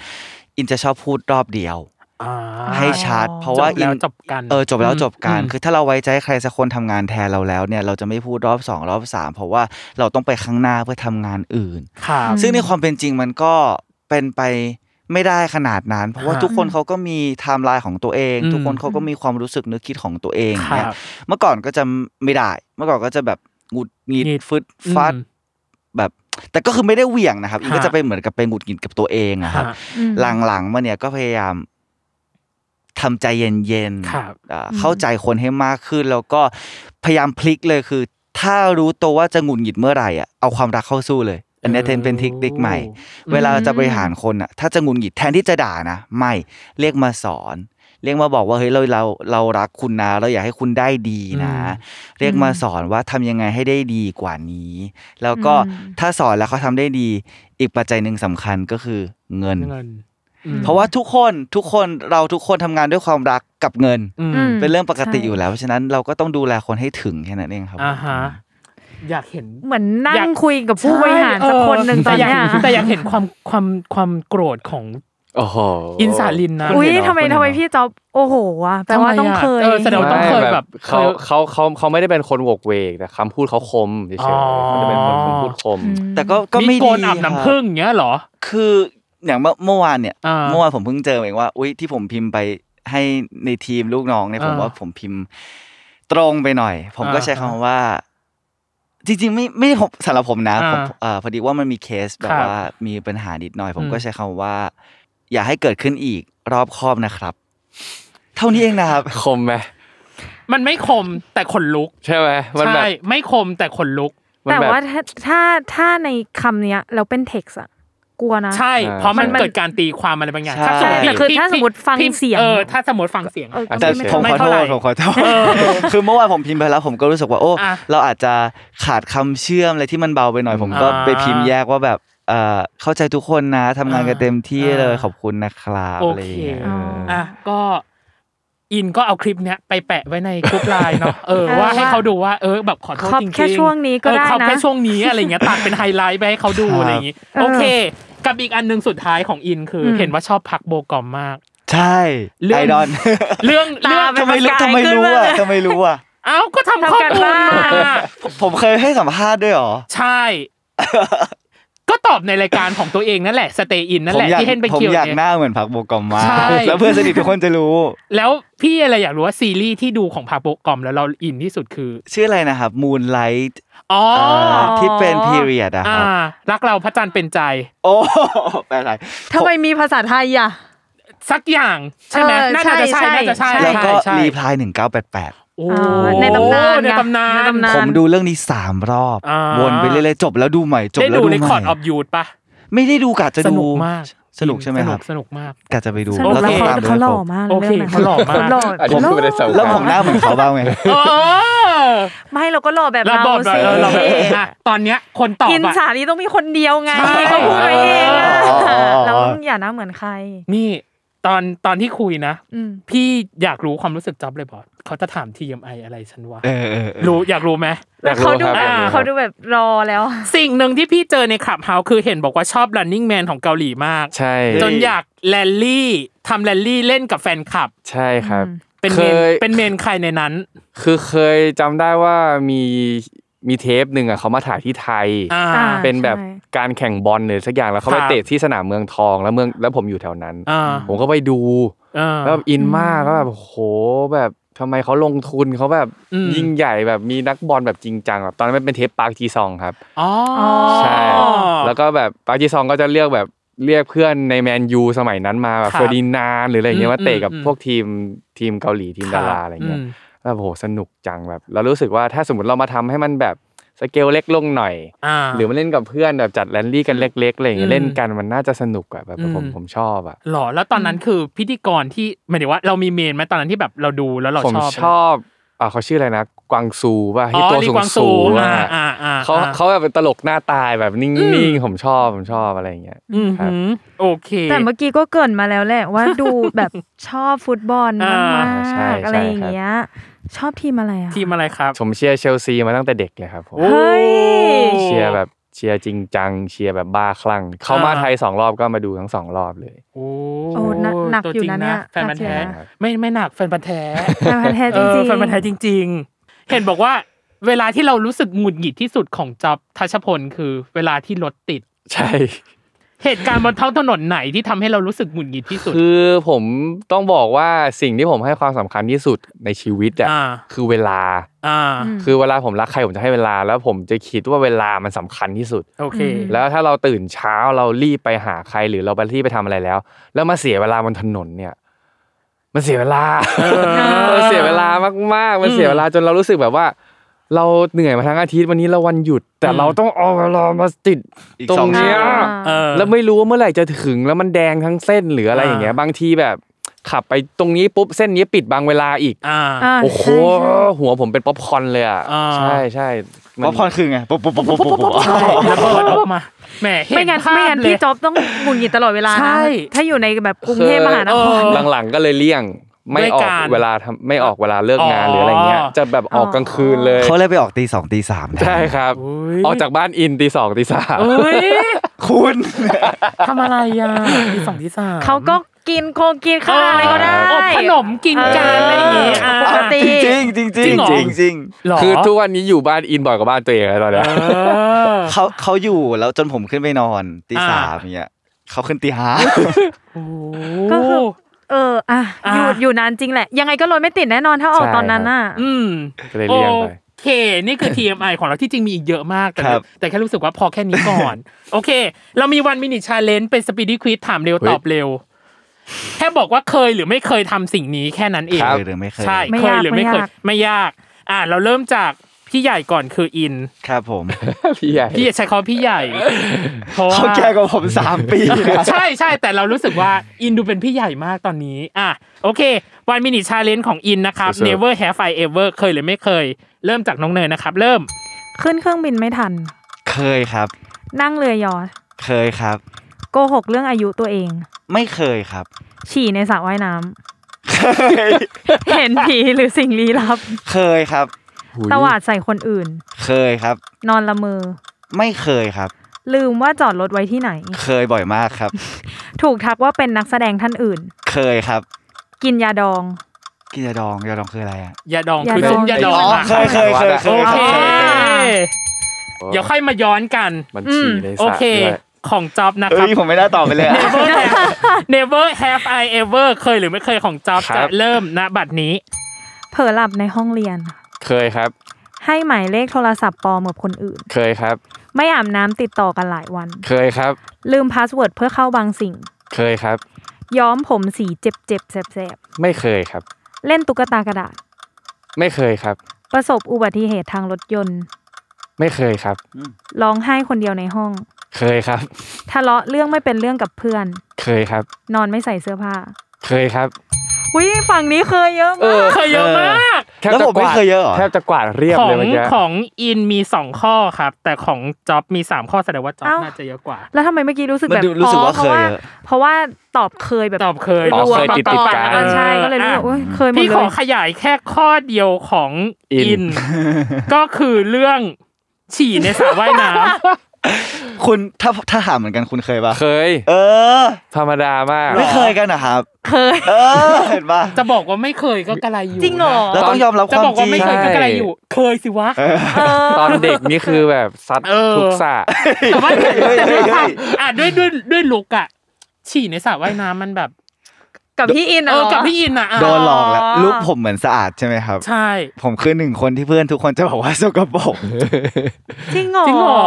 S4: อินจะชอบพูดรอบเดียว
S3: อ่า
S4: ให้ชัด เพราะว่า
S3: จบแล้วจบกัน
S4: เออจบแล้ว
S3: อืม
S4: จบกัน
S3: อืม
S4: คือถ้าเราไว้ใจให้ใครสักคนทำงานแทนเราแล้วเนี่ยเราจะไม่พูดรอบสองรอบสามเพราะว่าเราต้องไปข้างหน้าเพื่อทำงานอื่น
S3: ครับ
S4: ซึ่งในความเป็นจริงมันก็เป็นไปไม่ได้ขนาดนั้น เพราะว่า
S3: ฮะ
S4: ทุกคนเขาก็มีไทม์ไลน์ของตัวเอง
S3: อืม
S4: ทุกคนเขาก็มีความรู้สึกนึกคิดของตัวเอง
S3: ค
S4: เนี่
S3: รั
S4: ย
S3: บ
S4: เมื่อก่อนก็จะไม่ได้ เมื่อก่อนก็จะแบบหงุดหงิด
S3: หงิด
S4: ฟึดฟัด
S3: อืม
S4: แบบ แต่ก็คือไม่ได้เหวี่ยงนะครับอีกก็
S3: ฮะ
S4: จะไปเหมือนกับไปหงุดหงิดกับตัวเองอะครับ
S3: ฮะ
S6: อืม
S4: หลังๆมาเนี่ยก็พยายามทำใจเย็น
S3: ครับ
S4: ๆอ่าเข้าใจคนให้มากขึ้น แล้วก็พยายามพลิกเลยคือ ถ้ารู้ตัวว่าจะหงุดหงิดเมื่อไหร่อ่ะเอาความรักเข้าสู้เลย อันเนี้ยเป็นเป็นทิกนิคใหม่
S3: อืม
S4: เวลาจะบริหารคนอ่ะ ถ้าจะหงุดหงิดแทนที่จะด่านะ ไม่เรียกมาสอน เรียกมาบอกว่าเฮ้ยเราเราเรารักคุณนะ เราอยากให้คุณได้ดีนะ เรียกมาสอนว่าทำยังไงให้ได้ดีกว่านี้ แล้วก็
S6: อืม
S4: ถ้าสอนแล้วเขาทำได้ดี อีกปัจจัยหนึ่งสำคัญก็คือเงิน
S3: เงินอืม
S4: เพราะว่าทุกคนทุกคนเราทุกคนทำงานด้วยความรักกับเงิน
S3: อืม
S6: อืม
S4: เป็นเรื่องปกติ
S6: ใช่
S4: อยู่แล้วเพราะฉะนั้นเราก็ต้องดูแลคนให้ถึงแค่นั้นเองครับ
S3: อ่าฮะอยากเห็น
S6: เหมือนนั่
S3: อยาง ก
S6: คุยกับผู้บริหารสักคนหนึ่งตอน
S3: แยาก
S6: เนี้ย
S3: เห็แต่อยากเห็นความความความโกรธของ
S5: โอ้โห
S3: อินสาลินนะ
S6: อุ้ย
S5: คนเห็นเหรอ
S6: ทำไม
S5: คนเห็นเหรอ
S6: ทำไมพี่จ๊อบโอ้โหอะแปลว่าต้องเคย
S3: เออแสดงว่าต้องเคย
S5: ไม่
S3: แบบ
S5: เขา
S3: คย
S5: เขาเขาเขาไม่ได้เป็นคนโวกเวกแต่คำพูดเขาคมเฉย
S3: อ๋อ
S5: ๆเขาจะเป็นคนคำพูดคม
S4: แต่ก็ก็ไม่
S3: มีโก
S4: ดี
S3: นอาบน้ำผึ้งอย่างเงี้ยเหรอ
S4: คืออย่างเมื่อเมื่อวานเนี่ย
S3: อ่า
S4: เมื่อวานผมเพิ่งเจอเองว่าอุ้ยที่ผมพิมพ์ไปให้ในทีมลูกน้องเนี่ยผม
S3: อ่า
S4: ว่าผมพิมพ์ตรงไปหน่อย ผมก็ใช้คำ
S3: อ่า
S4: ว่า จริงๆ ไม่ไม่ได้ผมสำหรับผมนะ
S3: อ่า
S4: ผมเอ่อพอดีว่ามันมีเคสแบบ
S3: ครับ
S4: ว่ามีปัญหานิดหน่อย ผม
S3: อืม
S4: ก็ใช้คำว่า อย่าให้เกิดขึ้นอีกรอบคอบนะครับ เท่านี้เองนะครับ
S5: คมไหม
S3: มันไม่คมแต่ขนลุก
S5: ใช่ไหมมันแบบ
S3: ใช่ไม่คมแต่ขนลุก
S5: มัน
S6: แต่
S5: บบ
S6: ว่าถ้าถ้าถ้าในคำเนี้ยเราเป็นเท็กซ์อะกลัวนะ
S3: ใช่
S5: ใช่
S3: เพราะมัน
S6: มัน
S3: เกิดการตีความอะไรบางอย่าง
S4: ใช่
S3: ถ้าสมมติ
S6: แต่คือ
S3: พี่
S6: ถ้าสมมติฟัง
S3: พี่
S6: เสียง
S3: เออถ้าสมมติฟังเสียง
S6: เออก็
S4: แต่
S6: ไม่
S4: ผม
S6: ไม่
S4: ขอ
S3: เท่า
S4: โท
S3: ไหร่
S4: ษผมขอโทษคือเมื่อวานผมพิมพ์ไปแล้ว ผมก็รู้สึกว่าโอ้
S3: อ่ะ
S4: เราอาจจะขาดคำเชื่อมอะไรที่มันเบาไปหน่อย ผมก็
S3: อ่า
S4: ไปพิมพ์แยกว่าแบบเอ่อเข้าใจทุกคนนะทำงานกันเต็มที่เลย
S3: อ่า
S4: ขอบคุณนะครับ
S3: โอเค
S4: อะไรอย่างเงี้ยเอออ
S3: อ่ะก็อินก็เอาคลิปเนี้ยไปแปะไว้ในกรุ๊ปไลน์เนาะเออว่าให้เขาดูว่าเออแบบขอโทษ
S6: ครอบ
S3: จริงๆ
S6: แค่ช่วงนี้ก็ได้นะ
S3: เออครอบแค่ช่วงนี้อะไรเงี้ยตัดเป็นไฮไลท์ไปให้เขาดูอะไรอย่างงี้
S6: ครับ
S3: โอเค กับอีกอันหนึ่งสุดท้ายของอินคืออ
S6: ม
S3: เห็นว่าชอบพักโบกอมมาก
S4: ใช่
S3: เรื่อง
S4: ไอ ดอน
S3: เรื่องเรื่อง
S4: ทำไมรู้ทำไมรู้อ่ะทำไมรู้อ่ะ
S3: เอ้าก็ทำข้อ
S6: ทำการ
S3: มูล
S6: บ้าน
S3: มา
S4: ผมเคยให้สัมภาษณ์ด้วยเหรอ
S3: ใช่ ก็ตอบในรายการของตัวเองนั่นแหละสเตย์อินนั่น
S4: ผ
S3: แห
S4: ม
S3: ละ
S4: อยาก
S3: ที่เห็นไป
S4: ผม
S3: เกี่ยว
S4: อยาก
S3: เนี่ย
S4: หน้าเหมือนพักโบกอมมาก
S3: ใช่
S4: แล้วเพื่อนสนิททุกคนจะรู้
S3: แล้วพี่อะไรอยากรู้ว่าซีรีส์ที่ดูของพาโปกอมแล้วเราอินที่สุดคือ
S4: ชื่ออะไรนะครับ Moonlight
S3: อ๋อ
S4: เอ่อ
S3: อ
S4: ที่เป็น period อะค
S3: อ่า
S4: รับ
S3: รักเราพระจันทร์เป็นใจ
S4: โอ้ แปลอะไร
S6: ทำไมมีภาษาไทยอะ
S3: สักอย่างใช่ไหม
S6: เออ
S3: น่าจะ
S6: ใช่
S3: ใช่น่าจะใช่
S6: ใช่
S4: แล้วก็
S3: ใช่
S4: รีพลายหนึ่งเก้าแปดแปด
S3: โอ้
S6: อ่าในตำนาน
S3: ในตำนาน
S6: ไงในตำนาน
S4: ผมดูเรื่องนี้สามรอบ
S3: อ่า
S4: วนไปเรื่อยๆจบแล้วดูใหม่จบ
S3: ได้
S4: แล้ว
S3: ดู
S4: ดูให
S3: ในคอร์ดออ
S4: ม่
S3: ฟยูดปะ
S4: ไม่ได้ดูกะจะ
S3: ส
S4: ดู
S3: นุกมาก
S4: สนุกใช่ไหมครับ
S3: สนุกสนุกมาก
S4: กะจะไปดู
S6: สรุปแล้ว
S3: โอเค
S6: เขา
S4: ตาม
S6: เขาหล่อ
S4: ผม
S6: มาก
S3: โอเค
S6: เรื่องนั้น
S3: เขาหล่อมาก
S6: เขาหล่อ
S5: อันนี้ไม่ได้สำคัญ
S4: แล้วผมหน้าเหมือนเขาบ้างไหม
S3: เออ
S6: ไม่เราก็หล่อแบบ
S3: เรา
S6: เรา
S3: บอกแบบ
S6: สิ
S3: เออเราบอกอ่ะตอนเนี้ยคนตอบ
S6: อิน
S3: อ่ะ
S6: สาลีต้องมีคนเดียวไง
S3: ใช่
S6: เขาพูดไว้เองอะ
S4: อ๋ออ๋ออ๋อ
S6: เราต้องอย่าหน้าเหมือนใคร
S3: นี่ตอนตอนที่คุยนะ
S6: อืม
S3: พี่อยากรู้ความรู้สึกจ๊อบเลยบอสเขาจะถาม TMI อะไรฉันวะ
S4: เออเออเออ
S3: รู้อยากรู้ไหม
S5: อยากรู้
S6: เขาดู
S5: ครับ
S6: แบ
S5: อย
S6: บ
S5: กรู้
S6: เขาดูแบบรอแล้ว
S3: สิ่งหนึ่งที่พี่เจอในขับเฮาคือเห็นบอกว่าชอบ running man ของเกาหลีมาก
S5: ใช่
S3: จนอยากแรลลี่ทำแรลลี่เล่นกับแฟนคลับ
S5: ใช่ครับ
S3: เป็น
S5: เค
S3: เมน
S5: ย
S3: เป็นเมนใครในนั้น
S5: คือเคยจำได้ว่ามีมีเทปหนึ่งอ่ะเขามาถ่ายที่ไทย
S3: อ่า
S6: อ่า
S5: เป็นแบบ
S6: ใช่
S5: การแข่งบอลหรือสักอย่างแล้วเขาไป
S3: ครับ
S5: เตะที่สนามเมืองทองแล้วเมืองแล้วผมอยู่แถวนั้น
S3: อ่า
S5: ผมก็ไปดู
S3: อ่า
S5: แล้วแบบอินมากแล้วแบบโหแบบทำไมเขาลงทุนเขาแบบ
S3: อืม
S5: ยิ่งใหญ่แบบมีนักบอลแบบจริงจังแบบตอนนั้นมันเป็นเทปปาร์คจีซองครับ
S3: อ๋อ
S5: ใช่ แล้วก็แบบปาร์คจีซองก็จะเลือกแบบเรียกเพื่อนในแมนยูสมัยนั้นมาแบบ
S3: ครับ
S5: เฟอร์ดินานด์หรืออะไรเงี้
S3: อื
S5: ย
S3: ม
S5: มาเตะกับ
S3: อืม
S5: พวกทีมทีมเกาหลีทีมดาราอะไรเงี้ย
S3: ม
S5: แล้วโหสนุกจังแบบเรารู้สึกว่าถ้าสมมติเรามาทำให้มันแบบสเกลเล็กลงหน่อย
S3: อ่า
S5: หรือมาเล่นกับเพื่อนแบบจัดแรนลี่กันเล็กๆอะไรอย่างเงี้
S3: อื
S5: ย
S3: ม
S5: เล่นกันมันน่าจะสนุกอะแบบ
S3: อืม
S5: ผมผมชอบอะ
S3: หรอแล้วตอนนั้นคือพิธีกรที่หมายถึงว่าเรามีเมนไหมตอนนั้นที่แบบเราดูแล้วเรา
S5: ผม
S3: ชอบ
S5: ชอบ อ่าเขาชื่ออะไรนะกวางซูป่ะ
S3: อ๋
S5: ที่
S3: อ
S5: ตัว
S3: ลี
S5: สู
S3: ก
S5: ง
S3: วาง
S5: สู
S3: ซู
S5: ง
S3: อ่า
S5: อ่ะ
S3: อ่าอ่า
S5: เขาเขาแบบเป็นตลกหน้าตายแบบนิ่งๆผมชอบผมชอบอะไรอย่างเงี้ย
S3: อืม
S5: ครับ
S3: โอเค
S6: แต่เมื่อกี้ก็เกรินมาแล้วแหละว่าดูแบบชอบฟุตบอลม
S3: อ่า
S5: ใช่
S6: ากๆ
S5: ใช่
S6: อะไรอย่างเงี้ย ชอบทีมอะไรอ่ะ
S3: ทีมอะไรครับ
S5: ผมเชียร์เชลซีมาตั้งแต่เด็กเลยครับผม
S3: โอ้
S6: เฮ้ย
S5: เชียร์แบบเชียร์จริงจังเชียร์แบบบ้าคลั่งเขามาไทยสองรอบก็มาดูทั้งสองรอบเลย
S3: โอ้
S6: โอ้หนักหนัก
S3: ตัว
S6: อยู่
S3: จริง
S6: นะเนี่ย
S3: แฟนมันธุ์แท้
S6: หนักอยู่นะ
S3: ไม่ไม่หนักแฟนพันธุ์แท้
S6: แฟนพันธุ์แท้จริง
S3: เอ
S6: ๆ
S3: อแฟนพันธุ์แท้จริง ๆ เห็นบอกว่าเวลาที่เรารู้สึกหงุดหงิดที่สุดของจ๊อบทัชพลคือเวลาที่รถติด
S5: ใช่
S3: เหตุการณ์บนท้องถนนไหนที่ทำให้เรารู้สึกหงุดหงิดที่สุด
S5: คือผมต้องบอกว่าสิ่งที่ผมให้ความสำคัญที่สุดในชีวิตอ่ะ
S3: อ่า
S5: คือเวลา
S3: อ่า
S6: อืม
S5: คือเวลาผมรักใครผมจะให้เวลา แล้วผมจะคิดว่าเวลามันสำคัญที่สุด
S3: โอเค
S6: อืม
S5: แล้วถ้าเราตื่นเช้าเรารีบไปหาใครหรือเราไปรีบไปทำอะไรแล้ว แล้วมาเสียเวลาบนถนนเนี่ย มันเสียเวลา
S3: อ
S5: เออเสียเวลามากๆ มันเสียเวลาจนเรารู้สึกแบบว่า เราเหนื่อยมาทั้งอาทิตย์วันนี้เราวันหยุด แต่เราต้องเอาเวลามาติด
S4: อีก
S5: ตรง
S4: สอง
S5: เนี้
S4: ชั่วย โมง
S3: เออ
S5: แล้วไม่รู้ว่าเมื่อไหร่จะถึงแล้วมันแดงทั้งเส้นหรืออะไร
S3: อ่า
S5: อย่างเงี้ยบางทีแบบขับไปตรงนี้ปุ๊บเส้นนี้ปิดบางเวลาอีก
S3: อ่า
S6: อ่า
S5: โอ้โห
S6: ใช่ใช่
S5: หัวผมเป็นป๊อปคอร์นเลยอ่ะ
S3: อ่า
S5: ใช่ใช่มัน
S4: ป๊อปคอร์นคือไงป๊อปป๊อปป๊อปป๊อปป๊อปป๊อป
S3: แล้วเปิดออกมาแหมเห็น
S6: ไม่งั้น
S3: ภาพ
S6: ไม่งั้น
S3: เลย
S6: พี่จ๊อบต้องหงุดหงิดตลอดเวลา
S3: ใช่
S6: นะ ถ้าอยู่ในแบบกรุงเทพมหานคร
S3: เออ
S5: หลังๆก็เลยเลี่ยงไม่ออก
S3: ด้วยการ
S5: เวลาทำไม่ออกเวลาเลิกงาน
S3: อ๋อ
S5: หรืออะไรเงี้ยจะแบบออก
S6: อ๋อ
S5: กลางคืนเลย
S4: เขาเลยไปออกตีสองตีสามแทน
S5: ใช่ครับ
S3: ย
S5: ออกจากบ้านอินตีสองตีสาม
S3: เอ้ย
S4: คุณ
S3: ทำอะไร อ่ะที่สองที่สาม
S6: เขาก็กินโคงกินข้าวอะไรก็ได้
S3: อบขนมกินกันอะไรอย่างงี้อ่า
S6: ปกติ
S4: จริงๆจริงๆจ
S3: จริ
S4: ริ
S3: งเหรอ
S4: งๆจริง
S3: หรอ
S5: คือทุกวันนี้อยู่บ้านอินบ่อยกว่าบ้านตัวเองแล้วตอนเนี้ย
S3: เออ
S4: ๆเขาเขาอยู่แล้วจนผมขึ้นไปนอนตี
S3: อ่า
S4: สามเนี่ยเขาขึ้นตีห้า
S3: โอ้
S6: ก็คือ เอออ่ะอยู่
S3: อ่ะ
S6: อยู่นานจริงแหละ ยังไงก็รถไม่ติดแน่นอนถ้าออกตอนนั้นน่ะ
S3: อืม
S5: ก็เลยเลี่ยงไป
S3: โอเค นี่คือ TMI ของเราที่จริงมีอีกเยอะมาก แต่
S4: ครับ
S3: แต่แค่รู้สึกว่าพอแค่นี้ก่อน โอเค เรามีวันมินิชาเลน g e เป็นสปีด y q ควิ z ถามเร็ว
S5: เฮ้ย
S3: ตอบเร็ว แค่บอกว่าเคยหรือไม่เคยทำสิ่งนี้แค่นั้นเอง
S4: เคยหรือไม่เคย
S3: ใช่
S6: ไม่
S3: เคย
S6: ยาก
S3: หรือไม่
S6: ไม่
S3: เคย
S6: ยาก
S3: ไม่ยาก อ่ะเราเริ่มจากพี่ใหญ่ก่อนคืออิน
S4: ครับผม
S5: พี่ใหญ่
S3: พี่ใช้คำว่าพี่ใหญ่เพราะว่า
S4: เขาแก่กว่าผมสามปีนะ
S3: ใช่ใช่แต่เรารู้สึกว่าอินดูเป็นพี่ใหญ่มากตอนนี้ อ่ะโอเควันมินิชาเลนของอินนะครับ
S5: สู้ๆ
S3: Never Have I Ever เคยหรือไม่เคย เริ่มจากน้องเนยนะครับ เริ่ม
S6: ขึ้นเครื่องบินไม่ทัน
S4: เคยครับ
S6: นั่งเรือยอชต์
S4: เคยครับ
S6: โกหกเรื่องอายุตัวเอง
S4: ไม่เคยครับ
S6: ฉี่ในสระว่ายน้ำเห็นผีหรือสิ่งลี้ลับ
S4: เคยครับ
S6: ตวาดใส่คนอื่น
S4: เคยครับ
S6: นอนละเมอ
S4: ไม่เคยครับ
S6: ลืมว่าจอดรถไว้ที่ไหน
S4: เคยบ่อยมากครับ
S6: ถูกทักว่าเป็นนักแสดงท่านอื่น
S4: เคยครับ
S6: กินยาดอง
S4: กินยาดองยาดองคืออะไรอ่ะ
S3: อย่าดอง
S6: อย่า
S3: คือ
S6: ดอง
S3: ซุ้มอย่าดอง
S4: อ๋อ
S3: อ่ะ
S4: เคยเคยเคยเค
S3: โอย
S4: ค
S3: เครับ
S4: เคยเคย
S3: เดี๋ยวค่อยมาย้อนกัน
S5: มันฉี่ในส
S3: โอ
S5: ระ
S3: เค
S5: ด้วย
S3: ของจ๊อบนะค
S4: เอ้
S3: รับ
S4: ยผมไม่น่าตอบไปเลยอะ
S3: Never Have- Never Have I Ever เคยหรือไม่เคยของจ๊อบจะเริ่มณบัดนี้
S6: เผลอหลับในห้องเรียน
S5: เคยครับ
S6: ให้หมายเลขโทรศัพท์ปลอมกับคนอื่น
S5: เคยครับ
S6: ไม่อาบน้ำติดต่อกันหลายวัน
S5: เคยครับ
S6: ลืมพาสเวิร์ดเพื่อเข้าบางสิ่ง
S5: เคยครับ
S6: ย้อมผมสีเจ็บเจ็บๆแสบ
S5: ไม่เคยครับ
S6: ๆ เล่นตุ๊กตากระดาษ
S5: ไม่เคยครับ
S6: ประสบอุบัติเหตุทางรถยนต์
S5: ไม่เคยครับ
S6: ร้องไห้คนเดียวในห้อง
S5: เคยครับ
S6: ทะเลาะเรื่องไม่เป็นเรื่องกับเพื่อน
S5: เคยครับ
S6: นอนไม่ใส่เสื้อผ้า
S5: เคยครับ
S6: วิฝั่งนี้เคยเยอะ
S5: เอ
S6: มา
S5: อ
S6: ก
S3: เคยเยอะมาก
S5: ทบ
S4: แล้ว
S5: จะ
S4: ผม
S5: กวา
S4: ไม่
S5: ด
S4: เคยเยอะเหรอ
S5: แทบจะกวาดเรียบ
S3: ของ
S5: เลยเมื่อกี้
S3: ของอินมีสองข้อครับ แต่ของจ็อบมีสามข้อแสดงว่าจ็อบ
S6: เอ้า
S3: น่าจะเยอะกว่า
S6: แล้วทำไมเมื่อกี้รู้สึก
S4: มัน
S6: แบบ
S4: ดูรู้สึกว่า
S6: อ๋อเพราะว่า
S4: เคยเย
S6: เพราะ
S4: อะ
S6: ว่าตอบเคยแบบ
S3: ตอบเคย
S5: อ๋อ
S6: รัว
S5: เคย
S6: มา
S5: ติด
S6: ก่
S5: ติ
S6: อน
S5: ดกัน
S6: อ่ะใช่ก็เลยรู้สึกว่าโอ๊ยเคยหมด
S3: พี่
S6: เล
S3: ขอย ขยายแค่ข้อเดียวของ
S5: อิน
S3: อิน ก็คือเรื่องฉี่ในสระว่ายน้
S4: คุณถ้าถ้าถามเหมือนกันคุณเคยปะ
S5: เคย
S4: เออ
S5: ธรรมดามาก
S4: ไม่เคยกันนะครับ
S6: เคย
S4: เออเห็นปะ
S3: ำจะบอกว่าไม่เคยก็กระไรอยู่
S6: จริงเหรอ
S4: เราต้องยอมรับค
S3: จะ
S4: วาม
S3: บอก
S4: จริ
S3: ว่าง ไม่เคยก็กระไรอยู่ เคยสิวะ
S6: เออ
S5: ตอนเด็กนี่คือแบบซัด
S3: เออ
S5: ทุกสระ
S3: แต่ว่าแต่ด้วยความอ่ะด้วยด้วยด้วยลุกอะฉี่ในสระว่ายน้ำมันแบบ
S6: กับพี่อิน
S3: เอ
S6: อ่ะ
S3: อ
S6: เหรอ
S3: กับพี่อินอะอ่ะ
S4: โดนหลอกแล้ว
S6: อ๋อ
S4: ลูกผมเหมือนสะอาดใช่ไหมครับ
S3: ใช่
S4: ผมคือหนึ่งคนที่เพื่อนทุกคนจะบอกว่าสกปรก
S6: จริงเหรอ
S3: จริงเหรอ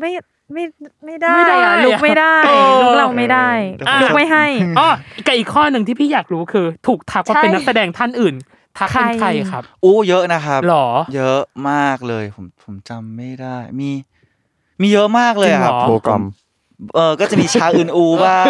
S6: ไม่ไม่ไม่ได้
S3: ไม่ได้
S6: อะลุกไม่ได้
S3: เออ
S6: ลุกเราไม่ได้
S3: อ่ะ
S6: ลุกไม่ให้
S3: อ๋อกับอีกข้อหนึ่งที่พี่อยากรู้คือ ถูกทักว่าเป็น
S6: ใช่
S3: นักแสดงท่านอื่น ทักเป็นใค
S6: ใค
S3: ร
S6: ร
S3: ครับ
S4: อู้เยอะนะครับ
S3: หรอ
S4: เยอะมากเลย ผมผมจำไม่ได้ มี มีเยอะมากเลยอะครับ
S3: จริงเหร
S5: โบกอม
S4: เออก็จะมีชาอึนอูบ้าง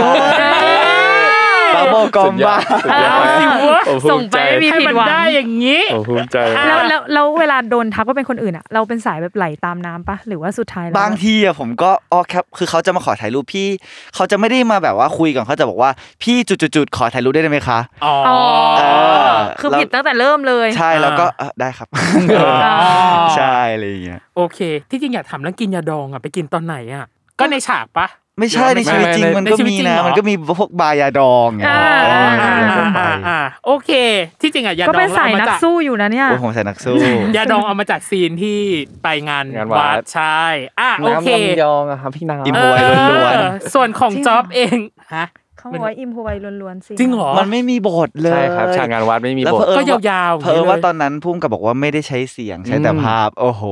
S4: ปาโบ กองบ้า
S5: สุดยอด
S6: เอาสิวะ
S5: ผมภู
S6: ส่ง
S5: มิ
S6: ไป
S5: ใจ
S6: ไม่มี
S3: ให้มันได้อย่างนี้
S5: ผมภูมิใจ
S3: อ่ะ
S6: แล้วแล้วแล้วเวลาโดนทักว่าเป็นคนอื่นอ่ะ เราเป็นสายแบบไหลตามน้ำปะหรือว่าสุดท้ายแล้ว
S4: บางทีอะผมก็อ๋อครับ คือเขาจะมาขอถ่ายรูปพี่ เขาจะไม่ได้มาแบบว่าคุยก่อนเขาจะบอกว่าพี่จุดๆๆขอถ่ายรูปได้ไหมคะ
S3: อ๋อ
S6: อ๋อ
S4: อ
S6: คือผิดตั้งแต่เริ่มเลย
S4: ใช่แล้วก็
S3: อ่า
S4: เอ่อได้ครับ
S3: อ๋อ
S4: ใช่อะไรอย่างเงี้ย
S3: โอเค ที่จริงอยากถามเรื่องกินยาดองอ่ะไปกินตอนไหนอ่ะ ก็ในฉากปะ
S4: ไม่ใช่ในชีวิตจริงมันก็
S3: ในชีวิต
S4: มี
S3: จริง
S4: นะ
S3: เหรอ
S4: มันก็มีพวกบายาดองไง
S6: อ่า
S4: เออ
S3: อ่า
S4: มันก็ไป
S3: อ่าอ่าโอเค ที่จริงอ่ะยาด
S6: ก็
S3: อง
S6: เป็นสายนัก
S3: เอมจ
S6: สู้อยู่นะเนี่ย
S4: โอ้ยผมใส่นักสู้
S3: กยาดองเอามาจากซีนที่ไปงาน
S5: งานวั
S3: วั
S5: ด
S3: ดใช่อ่ะโอเค
S5: น้ำลำยองอะครับพี่น้ำ
S4: อิ่มบวย
S3: เออ
S4: ล้วน
S3: ส่วนของ
S6: จริง
S3: จ๊อบเองฮะ
S6: เขาบอกว่าอิมพไวล้วนๆสิ
S3: จริงเหรอ
S4: มันไม่มีบทเลย
S5: ใช่ครับฉากงานวัดไม่มี
S4: แล้ว
S5: บท
S4: เผอิญ
S3: ก็ยาวๆ
S4: เผอิญ
S3: ย่งนี้ลย
S4: ว่าตอนนั้นพุ่มกับบอกว่าไม่ได้ใช้เสียงใช้แต่
S5: อืม
S4: ภาพ โอ้โห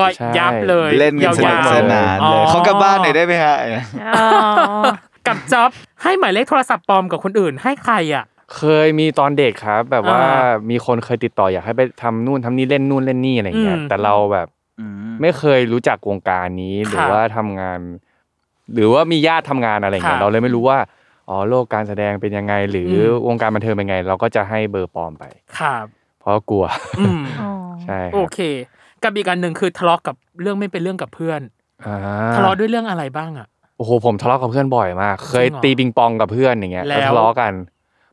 S3: ก็
S5: ใช่
S3: ยับเลย
S4: เล่นกันสนุกสนานเลย
S3: ยาวๆ
S4: เขากลับบ้านหน่อยได้ไหมฮะ
S6: อ๋อ
S3: กับจ๊อบให้หมายเลขโทรศัพท์ปลอมกับคนอื่นให้ใครอ่ะ
S5: เคยมีตอนเด็กครับ แบบว่า
S3: อ่า
S5: มีคนเคยติดต่ออยากให้ไปทำนู่นทำนี่เล่นนู่นเล่นนี่อะไรเงี้ย
S3: อืม
S5: แต่เราแบบไม่เคยรู้จักวงการนี้
S3: ค่ะ
S5: หรือว่าทำงาน หรือว่ามีญาติทำงานอะไรเงี้ย
S3: ค่ะ
S5: เราเลยไม่รู้ว่าอ๋อโลกการแสดงเป็นยังไง หรืออ
S3: ม
S5: วงการบันเทิงเป็นไง เราก็จะให้เบอร์ปลอมไป
S3: ครับ
S5: เพราะกลัว
S3: อืม
S5: ใช่ค
S3: โอ
S5: รับ
S3: เค กับอีกอันหนึ่งคือทะเลาะกับเรื่องไม่เป็นเรื่องกับเพื่อน
S5: อ่า
S3: ทะเลาะด้วยเรื่องอะไรบ้างอ่ะ
S5: โอ้โหผมทะเลาะกับเพื่อนบ่อยมาก เคย
S3: จริงเหรอ
S5: ตีปิงปองกับเพื่อนอย่างเงี้ย
S3: แล้ว
S5: แล้วทะเลาะกัน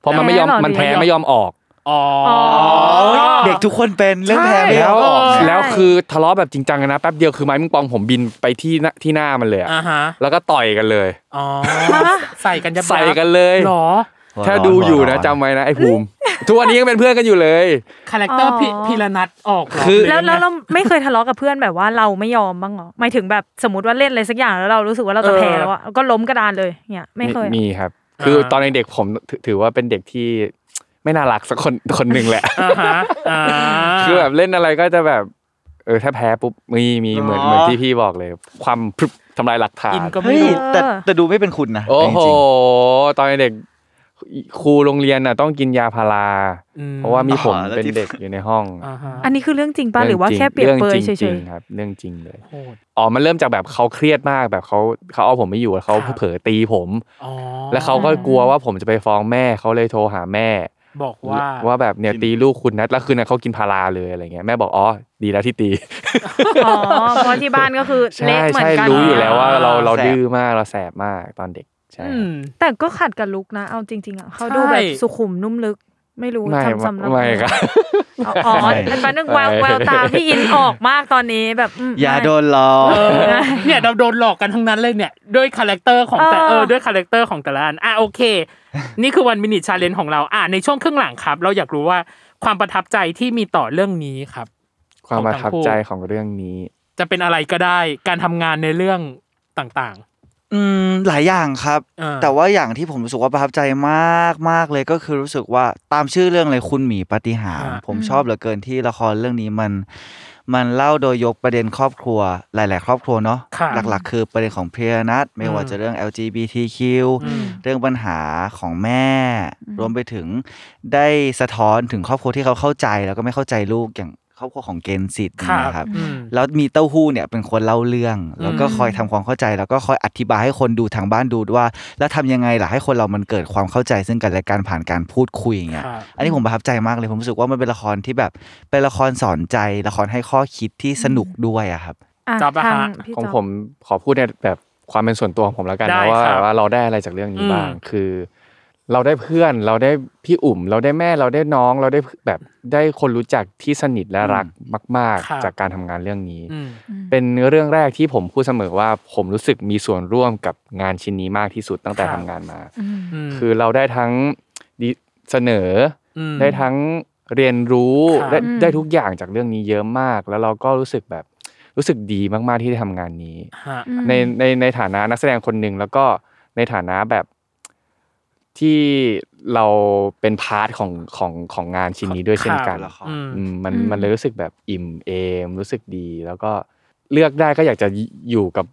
S5: เพราะมันไม่ยอม
S6: แพ้เหรอ
S5: มันแพ้
S3: หรือ
S5: ไม่ยอมออก
S3: อ๋อ
S4: เด็กทุกคนเป็นเรื่องแพ้ไม่
S5: แล้
S4: เอา
S5: ว
S4: ออก
S3: เอ
S4: นะ
S5: แล้วคือทะเลาะแบบจริงจังกันนะแป๊บเดียวคือไม้ปิงปองผมบินไปที่หน้าที่หน้ามันเลยอะ
S3: อ่าฮะ
S5: แล้วก็ต่อยกันเลย
S3: อ๋อ ใส่กันยับๆ
S5: ใส่กันเลย
S3: หรอ
S5: ถ้าดูอยู่นะจำไว้นะไอ้ภูมิ ทุกวันนี้ยังเป็นเพื่อนกันอยู่เลย
S3: คาแรคเตอร์
S6: อ๋อ
S3: พิพีระนัทออกเหร
S5: คือ
S6: แล้วแล้วเราไม่เคยทะเลาะกับเพื่อนแบบว่าเราไม่ยอมบ้างเหรอหมายถึงแบบสมมติว่าเล่นอะไรสักอย่างแล้วเรารู้สึกว่าเราจะแพ้แล้วอะก็ล้มกระดานเลยเนี่ยไม่เคย
S5: มีครับ คือตอนเด็กๆผมถือถือว่าเป็นเด็กที่ไม่น่ารักสักคน คนหนึ่งแหละ
S3: อ่าฮะอ่า
S5: คือแบบเล่นอะไรก็จะแบบ เออถ้าแพ้ปุ๊บมีมีเหมือน
S4: อ๋อ
S5: เหมือนที่พี่บอกเลย ความพรึบทำลายหลักฐาน
S3: อินก็ไม่
S4: เฮ้ย
S3: รู้
S4: แต่แต่ดูไม่เป็นคุณนะ
S5: โอ้
S4: จ
S5: โห
S4: ริง
S5: ตอนเด็กครูโรงเรียนน่ะต้องกินยาพารา
S3: อืม
S5: เพราะว่ามีผมเป็นเด็กอยู่ในห้อง
S3: อ่าฮะ
S6: อันนี้คือเรื่องจริงป่ะหรือว่า
S5: จง
S6: แค่เปรียบเปรย
S5: รื่องจริง
S6: เฉย
S5: ๆครับ เรื่องจริงเลย
S3: โหด
S5: อ๋อ มันเริ่มจากแบบเขาเครียดมากแบบเขาเขาเอาผมไม่อยู่แล้วเขา
S3: ครับ
S5: เผลอตีผม
S3: อ๋อ
S5: แล้วเขาก็กลัวว่าผมจะไปฟ้องแม่เขาเลยโทรหาแม่
S3: บอกว่า
S5: ว่าแบบเนี่ยตีลูกคุณนะแล้วคืนนั้นเขากินพาราเลยอะไรเงี้ยแม่บอกอ๋อดีแล้วที่ตี
S6: ๆอ๋อเพราะที่บ้านก็คือ
S5: ใช่
S6: เละเหมือ
S5: ใช่
S6: นกัน
S5: รู้อยู่แล้วว่าเราเราดื้อมากเราแสบมากตอนเด็กใช่
S3: อืม
S6: แต่ก็ขัดกับลุกนะเอาจริงๆอ่ะเขาดูแบบ
S3: ใช่
S6: สุขุมนุ่มลึก ไม่รู้
S5: ไม่
S6: ทำสำหรับ
S5: ไม่ครับ
S6: อ๋ออ๋อแป๊บนึงแววแววตาพี่อินออกมากตอนนี้แบบม
S4: อย่าโดนหลอก
S3: เออเนี่ยเราโดนหลอกกันทั้งนั้นเลยเนี่ยด้วยคาแรคเตอร์ของแต่
S6: เออ
S3: เออด้วยคาแรคเตอร์ของแต่ละอันอ่ะโอเค นี่คือวันมินิชาเลนของเราอ่ะในช่วงครึ่งหลังครับ เราอยากรู้ว่าความประทับใจที่มีต่อเรื่องนี้ครับ
S5: ความประทับใจของเรื่องนี้
S3: จะเป็นอะไรก็ได้การทำงานในเรื่องต่าง
S4: อืมหลายอย่างครับ
S3: เออ
S4: แต่ว่าอย่างที่ผมรู้สึกว่าประทับใจมากมากเลยก็คือรู้สึกว่าตามชื่อเรื่องเลยคุณหมีปาฏิหารย์ผมชอบเหลือเกินที่ละครเรื่องนี้มัน มันเล่าโดยยกประเด็นครอบครัวหลาย ๆ ครอบครัวเนาะ
S3: ค่ะ
S4: หลัก ๆ คือประเด็นของเพรียนัทไม่ว่าจะเรื่อง LGBTQ
S3: อืม
S4: เรื่องปัญหาของแม่ รวมไปถึงได้สะท้อนถึงครอบครัวที่เขาเข้าใจแล้วก็ไม่เข้าใจลูกอย่างครอบครัวของเกณฑ์สิทธิ์
S3: ๆครับ
S4: นะครับ
S3: อืม
S4: แล้วมีเต้าหู้เนี่ยเป็นคนเล่าเรื่อง แล้วก็
S3: อืม
S4: คอยทำความเข้าใจ แล้วก็คอยอธิบายให้คนดูทางบ้านดูว่า แล้วทำยังไงล่ะให้คนเรามันเกิดความเข้าใจซึ่งกันและกันผ่านการพูดคุยอย่างเงี้ย
S3: ครับ
S4: อันนี้ผมประทับใจมากเลย ผมรู้สึกว่ามันเป็นละครที่แบบเป็นละครสอนใจละครให้ข้อคิดที่สนุกด้วยอะครับ
S6: อ่ะ
S3: จ๊อบอะ
S6: ทาง
S3: ฮะ
S6: พี่
S5: ของ
S6: จ๊อบ
S5: ผมขอพูดในแบบความเป็นส่วนตัวของผมแล้วกัน
S3: ได้
S5: นะว่า
S3: ครับ
S5: ว่าเราได้อะไรจากเรื่องนี้บ้าง
S3: อืม
S5: คือ เราได้เพื่อนเราได้พี่อุ่ม เราได้แม่เราได้น้อง เราได้แบบได้คนรู้จักที่สนิทและรักมาก
S3: ครับ
S5: ๆ จากการทำงานเรื่องนี้
S3: อืม
S5: เป็นเรื่องแรกที่ผมพูดเสมอว่าผมรู้สึกมีส่วนร่วมกับงานชิ้นนี้มากที่สุดตั้งแต่
S3: ครั
S5: ทำ
S3: บ
S5: งานมา
S3: ม
S5: คือเราได้ทั้งดีเสนอ
S3: ม
S5: ได้ทั้งเรียนรู้
S3: ครับ
S5: ได้
S6: อืม
S5: ได้ทุกอย่างจากเรื่องนี้เยอะมาก แล้วเราก็รู้สึกแบบรู้สึกดีมากๆที่ได้ทำงานนี้
S3: ฮะ
S6: อืม
S5: ในในในฐานะนักแสดงคนหนึ่งแล้วก็ในฐานะแบบที่เราเป็นพาร์ทของของของงานชิ้นนี้ด้วยเช่นกัน
S4: ครับ
S3: อืม
S5: อืมมัน
S6: อืม
S5: มันเลยรู้สึกแบบอิ่มเอม รู้สึกดี แล้วก็เลือกได้ก็อยากจะอยู่กับ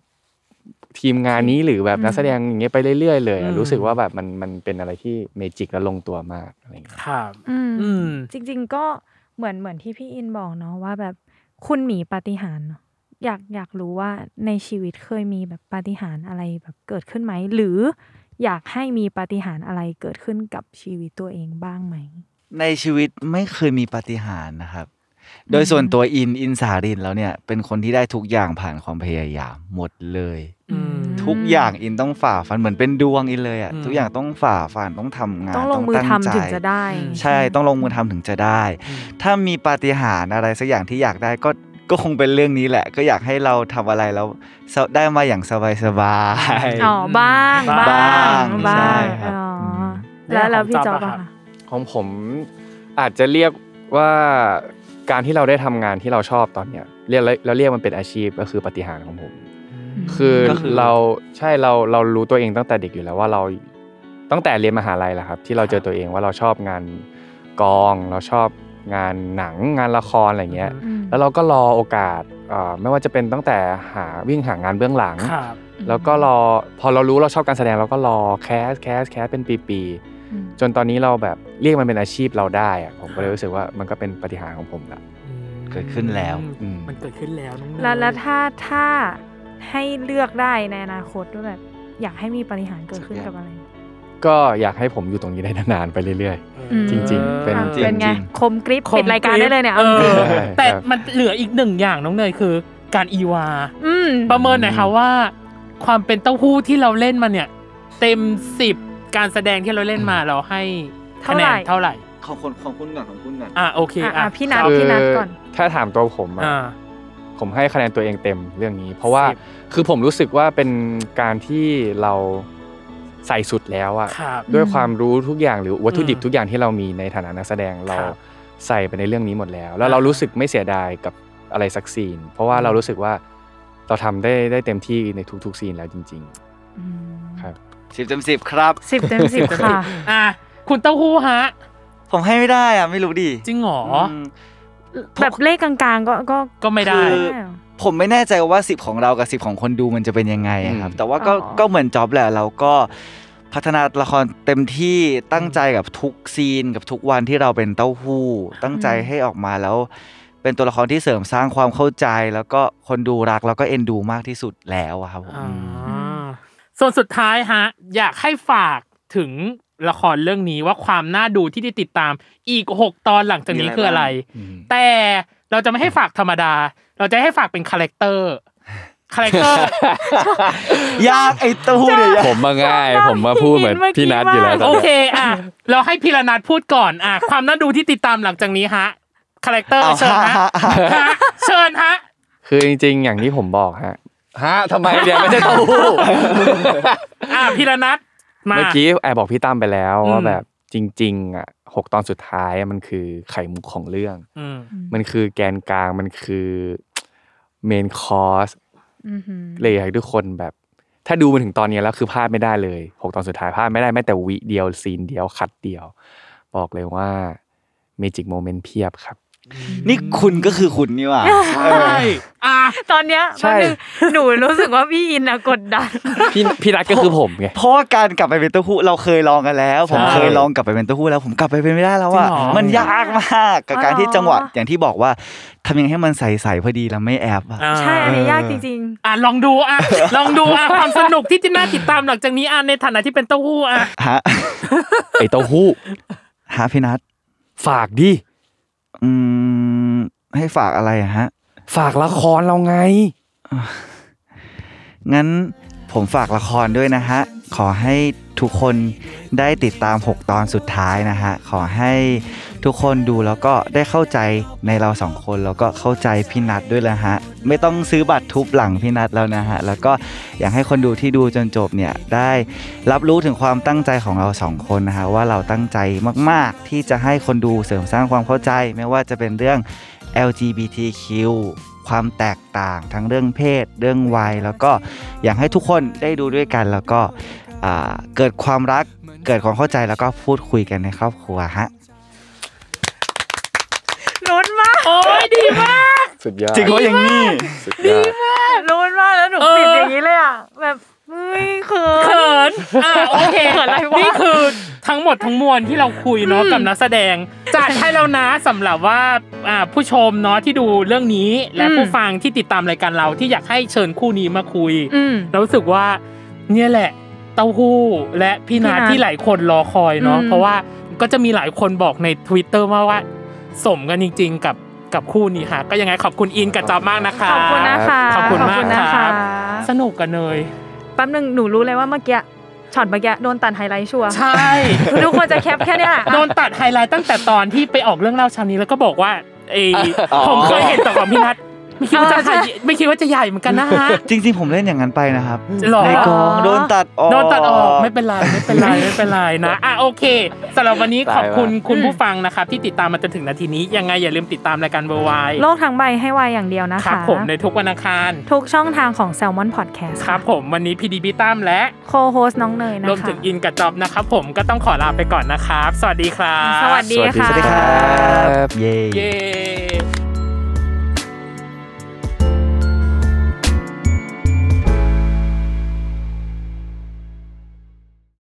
S5: ทีมงานนี้หรือแบบนักแสดงอย่างเงี้ยไปเรื่อยๆเลยอะ
S3: อืม
S5: รู้สึกว่าแบบมันมันเป็นอะไรที่เมจิกและลงตัวมากอะไรอย่างเงี้ย
S3: ครับ
S6: อืม
S3: อืม
S6: จริงๆก็เหมือนเหมือนที่พี่อินบอกเนาะว่าแบบคุณหมีปาฏิหาริย์เนอะอยากอยากรู้ว่าในชีวิตเคยมีแบบปาฏิหาริย์อะไรแบบเกิดขึ้นไหม หรือ อยากให้มีปาฏิหาริย์อะไรเกิดขึ้นกับชีวิตตัวเองบ้างไหม
S4: ในชีวิตไม่เคยมีปาฏิหาริย์นะครับ โดยส่วนตัวอินอินสารินแล้วเนี่ย เป็นคนที่ได้ทุกอย่างผ่านความพยายามหมดเลย
S3: อืม
S4: ทุกอย่างอินต้องฝ่าฟันเหมือนเป็นดวงอินเลยอะ
S3: อืม
S4: ทุกอย่างต้องฝ่าฟันต้องทำงาน
S6: ต้องลงมือทำ
S4: ตั้
S6: ถึงจะได้
S3: อืม
S4: ใช่ต้องลงมือทำถึงจะได้ ถ้ามีปาฏิหาริย์อะไรสักอย่างที่อยากได้ก็ก็คงเป็นเรื่องนี้แหละ ก็อยากให้เราทำอะไรแล้วได้มาอย่างสบายสบาย
S6: อ๋อบ้างบ้าง
S4: บ้าง
S6: บ้า
S4: ใช่
S6: ง
S4: ครับ
S6: อ๋ออ
S4: ม
S6: แล้วแล้วพี่จ
S3: ข
S6: อ
S3: อง
S6: บ
S3: จ๊อบ
S6: อะ
S3: อะครับ
S6: ค่ะ
S5: ของผมอาจจะเรียกว่าการที่เราได้ทำงานที่เราชอบตอนเนี้ยเรียกแล้วแล้วเรียกมันเป็นอาชีพก็คือปาฏิหารย์ของผม คือ
S4: ก็คือ
S5: เราใช่เราเรารู้ตัวเองตั้งแต่เด็กอยู่แล้วว่าเราตั้งแต่เรียนมหาลัยแหละครับ ที่เราเจอตัวเองว่าเราชอบงานกอง เราชอบงานหนังงานละครอะไรเงี้ย
S6: อืม
S5: แล้วเราก็รอโอกาสเอ่อไม่ว่าจะเป็นตั้งแต่หาวิ่งหางานเบื้องหลัง
S3: ครับ
S5: แล้วก็รอพอเรารู้เราชอบการแสดงเราก็รอแคสแคสแคสเป็นปี
S6: อืม
S5: ๆจนตอนนี้เราแบบเรียกมันเป็นอาชีพเราได้อะผมก็เลยรู้สึกว่ามันก็เป็นปาฏิหารย์ของผมละ
S4: เกิดขึ้นแล้ว
S5: อืม
S3: มันเกิดขึ้นแล้วน้องเนย
S6: แล้วแล้วถ้าถ้าให้เลือกได้ในอนาคตว่าแบบอยากให้มีปาฏิหารย์เกิดขึ้นกับอะไร
S5: ก็อยากให้ผมอยู่ตรงนี้ได้นานๆไปเรื่อย
S6: อืม
S5: จริงๆ เป็น
S6: อ่ะ
S5: จริง
S6: เป็นไงคมกริป
S3: คม
S6: ปิดรายการได้เลยเนี่ย
S3: เอ
S6: เอาจริง
S3: อ
S5: ใช่
S3: แต่
S5: ครับ
S3: มันเหลืออีกหนึ่งอย่างน้องเนยคือ การอีวา
S6: อืม
S3: ประเมินหน่อยค่ะว่า ความเป็นเต้าหู้ที่เราเล่นมาเนี่ย เต็มสิบการแสดงที่เราเล่นมาเราให้คะแนนเท่าไหร่
S4: ของคนของคุณก่อนของคุณก่อน
S3: อ่ะโอเค
S6: อ่ะ
S3: อ่ะ
S6: อ่ะพี่นัท
S5: คื
S6: พี่นัทก่อน
S5: ถ้าถามตัวผมอะ
S3: อ่า
S5: ผมให้คะแนนตัวเองเต็มเรื่องนี้ เพราะว่า
S3: สิบ
S5: คือผมรู้สึกว่าเป็นการที่เราใส่สุดแล้วอะ
S3: ครับ
S5: ด้วยความรู้ทุกอย่างหรือวัตถุดิบ
S3: อืม
S5: ทุกอย่างที่เรามีในฐานะนักแสดงเรา
S3: ครับ
S5: ใส่ไปในเรื่องนี้หมดแล้ว แล้ว
S3: อ่า
S5: เรารู้สึกไม่เสียดายกับอะไรสักซีน เพราะว่า
S3: อืม
S5: เรารู้สึกว่าเราทำได้ได้เต็มที่ในทุกๆซีนแล้วจริง ๆ ครับ
S4: สิบเต็มสิบครับ
S6: สิบเต็มสิบค่ะ
S3: อ่ะคุณเต้าหู้ฮะ
S4: ผมให้ไม่ได้อะไม่รู้ดิ
S3: จริงเหรออ
S4: ม
S6: แบบเลขกลางๆ ก็ก็
S3: ก็ไม่ได้
S4: คือ
S6: ได้เหรอ
S4: ผมไม่แน่ใจว่าสิบของเรากับสิบของคนดูมันจะเป็นยังไงอะครับ
S5: อืม
S4: แต่ว่าก็
S6: อ๋อ
S4: ก็เหมือนจ็อบแหละเราก็พัฒนาละครเต็มที่ตั้งใจกับทุกซีนกับทุกวันที่เราเป็นเต้าหู้ ตั้งใจให้ออกมาแล้ว เป็นตัวละครที่เสริมสร้างความเข้าใจ แล้วก็คนดูรักแล้วก็เอ็นดูมากที่สุดแล้วอะครับผม
S3: อ่า
S4: อืม
S3: ส่วนสุดท้ายฮะ อยากให้ฝากถึงละครเรื่องนี้ว่าความน่าดูที่ได้ติดตามอีก 6 ตอนหลังจากนี้
S4: มีอะไร
S3: คืออะไร
S5: อืม
S3: แต่เราจะไม่ให้ฝากธรรมดา เราจะให้ฝากเป็นคาแรคเตอร์คาแรคเตอร์
S4: ยากไอ้เต้าหู้เนี่ยยาก
S5: ผมมาง่าย ผมมาพูดเหมือน
S6: พี่
S5: พี่
S6: นั
S5: นั
S6: ท
S5: ทอยู่แล้ว
S6: เมื่
S5: ต
S3: โอน
S5: นี้ย
S3: เคอ่ะ เราให้พิรนัทพูดก่อนอ่ะ ความน่าดูที่ติดตามหลังจากนี้ฮะคาแรคเตอร์
S4: เอา
S3: เชิญฮะ
S4: ฮะฮะ
S3: ฮะเชิญฮะ
S5: คือจริงๆ อย่างที่ผมบอกฮะฮะทำไมเดี๋ยวไม่ใช่เต้าหู้
S3: อ่ะพิรนัทมา
S5: เมื่อกี้แอบบอกพี่ตั้มไปแล้ว
S3: อืม
S5: ว่าแบบจริงๆอ่ะหกตอนสุดท้ายอะมันคือไข่มุกของเรื่อง
S3: อืม
S5: มันคือแกนกลางมันคือเมนคอร์สเลยอยากให้ทุกคนแบบ ถ้าดูมาถึงตอนนี้แล้วคือพลาดไม่ได้เลยหกตอนสุดท้ายพลาดไม่ได้แม้แต่วิเดียวซีนเดียวคัดเดียว บอกเลยว่าเมจิกโมเมนต์เพียบครับ
S4: นี่คุณก็คือคุณนี่หว่า
S3: ใช่อ่ะ
S6: ตอนเนี้ย
S5: ใช่
S6: แป๊บนึงหนูรู้สึกว่าพี่อินอะกดดัน
S5: พี่พี่นัทก็คือผมไง
S4: เพราะว่าการกลับไปเป็นเต้าหู้เราเคยลองกันแล้ว ผม
S3: ใช่
S4: เคยลองกลับไปเป็นเต้าหู้แล้วผมกลับไปเป็นไม่ได้แล้วว่า
S3: จริงเหรอ
S4: มันยากมากกับการที่
S6: อ๋อ
S4: จังหวะอย่างที่บอกว่าทำยังไงให้มันใสๆพอดีแล้วไม่แอบอะ
S3: อ่ะ
S6: ใช่ อันนี้ยากจริง
S3: อ่ะลองดูอ่ะ ลองดูอ่ะความสนุกที่จะน่าติดตามหลังจากนี้อ่ะในฐานะที่เป็นเต้าหู้อ่ะ
S4: ฮะ
S5: ไอเต้าหู้
S4: ฮะพี่นัท
S5: ฝากดิ
S4: อืมให้ฝากอะไรอะฮะ
S5: ฝากละครเราไง
S4: งั้นผมฝากละครด้วยนะฮะ ขอให้ทุกคนได้ติดตาม 6 ตอนสุดท้ายนะฮะ ขอให้ทุกคนดูแล้วก็ได้เข้าใจในเราสองคนแล้วก็เข้าใจพี่นัทด้วยละฮะ ไม่ต้องซื้อบัตรทุบหลังพี่นัทแล้วนะฮะ แล้วก็อยากให้คนดูที่ดูจนจบเนี่ยได้รับรู้ถึงความตั้งใจของเราสองคนนะฮะว่าเราตั้งใจมากๆ ที่จะให้คนดูเสริมสร้างความเข้าใจ ไม่ว่าจะเป็นเรื่อง LGBTQ ความแตกต่างทั้งเรื่องเพศ เรื่องวัย แล้วก็อยากให้ทุกคนได้ดูด้วยกัน แล้วก็อ่าเกิดความรักเกิดความเข้าใจแล้วก็พูดคุยกันในครอบครัวฮะ
S6: ๆ ลุ้นมาก
S3: โอ้ยดีมาก
S5: สุดยอด
S4: จริงว่าอย่างนี้
S5: สุดยอด
S6: ลุ้นมากแล้วหนู
S3: เออ
S6: ปิดอย่างนี้เลยอ่ะ แบบเฮ้ยเขิน
S3: เขินอ่ะโอเค
S6: เขินอะไรวะ
S3: นี่คือทั้งหมดทั้งมวลที่เราคุยเนาะกับนักแสดง จัดให้แล้วนะสำหรับว่าอ่าผู้ชมเนาะที่ดูเรื่องนี้และผู้ฟังที่ติดตามรายการเราที่อยากให้เชิญคู่นี้มาคุย
S6: อืม
S3: เรารู้สึกว่าเนี่ยแหละ เต้าหู้และพี่นา
S6: พี่นา
S3: ที่หลายคนรอคอยเนาะ
S6: อืม
S3: เพราะว่าก็จะมีหลายคนบอกใน Twitter มาว่า สมกันจริง ๆ กับกับคู่นี้ค่ะ ก็ยังไงขอบคุณอินกับจอบมากนะคะ
S6: ขอบคุณนะคะ
S3: ขอบคุณมาก
S6: นะ
S3: ครั
S6: คะ
S3: บ สนุกกันเลย
S6: แป๊บหนึงหนูรู้เลยว่าเมื่อกี้ช็อตเมื่อกี้โดนตัดไฮไลท์ชัวร์
S3: ใช่
S6: ทุกคนจะแคปแค่เนี้ยแหละ
S3: โดนตัดไฮไลท์ตั้งแต่ตอนที่ไปออกเรื่องเล่าเชาวนี้แล้วก็บอกว่าไอ
S5: อ๋อ
S3: ผมเคยเห็นแต่ของพี่นัทไม่คิดว่าจะใหญ่ไม่คิดว่าจะใหญ่เหมือนกันนะฮะ
S4: จริงๆ ผมเล่นอย่างนั้นไปนะครับ
S3: หรอ
S4: ในกองโดนตัดออก
S3: โดนตัดออกไม่เป็นไรไม่เป็นไรไม่เป็นไร นะอ่ะโอเคสำหรับวันนี้ขอบคุณคุณผู้ฟังนะครับที่ติดตามมาจนถึงนาทีนี้ ยังไงอย่าลืมติดตามรายการเบอร์ไว
S6: โลกทั้งใบให้วายอย่างเดียวนะ
S3: ค
S6: คะ
S3: รับผมในทุกวันอังคาร
S6: ทุกช่องทางของ Salmon Podcast
S3: ครับผมวันนี้พีดีพีตั้มและ
S6: โคโฮสน้องเนยนะคะ
S3: รวมถึงอินกับจอบนะครับผมก็ต้องขอลาไปก่อนนะครับ สวัสดีครับ
S6: สวัสดี
S5: สวัสดี
S6: ค่ะ
S5: ครับ
S4: เย้
S3: เย้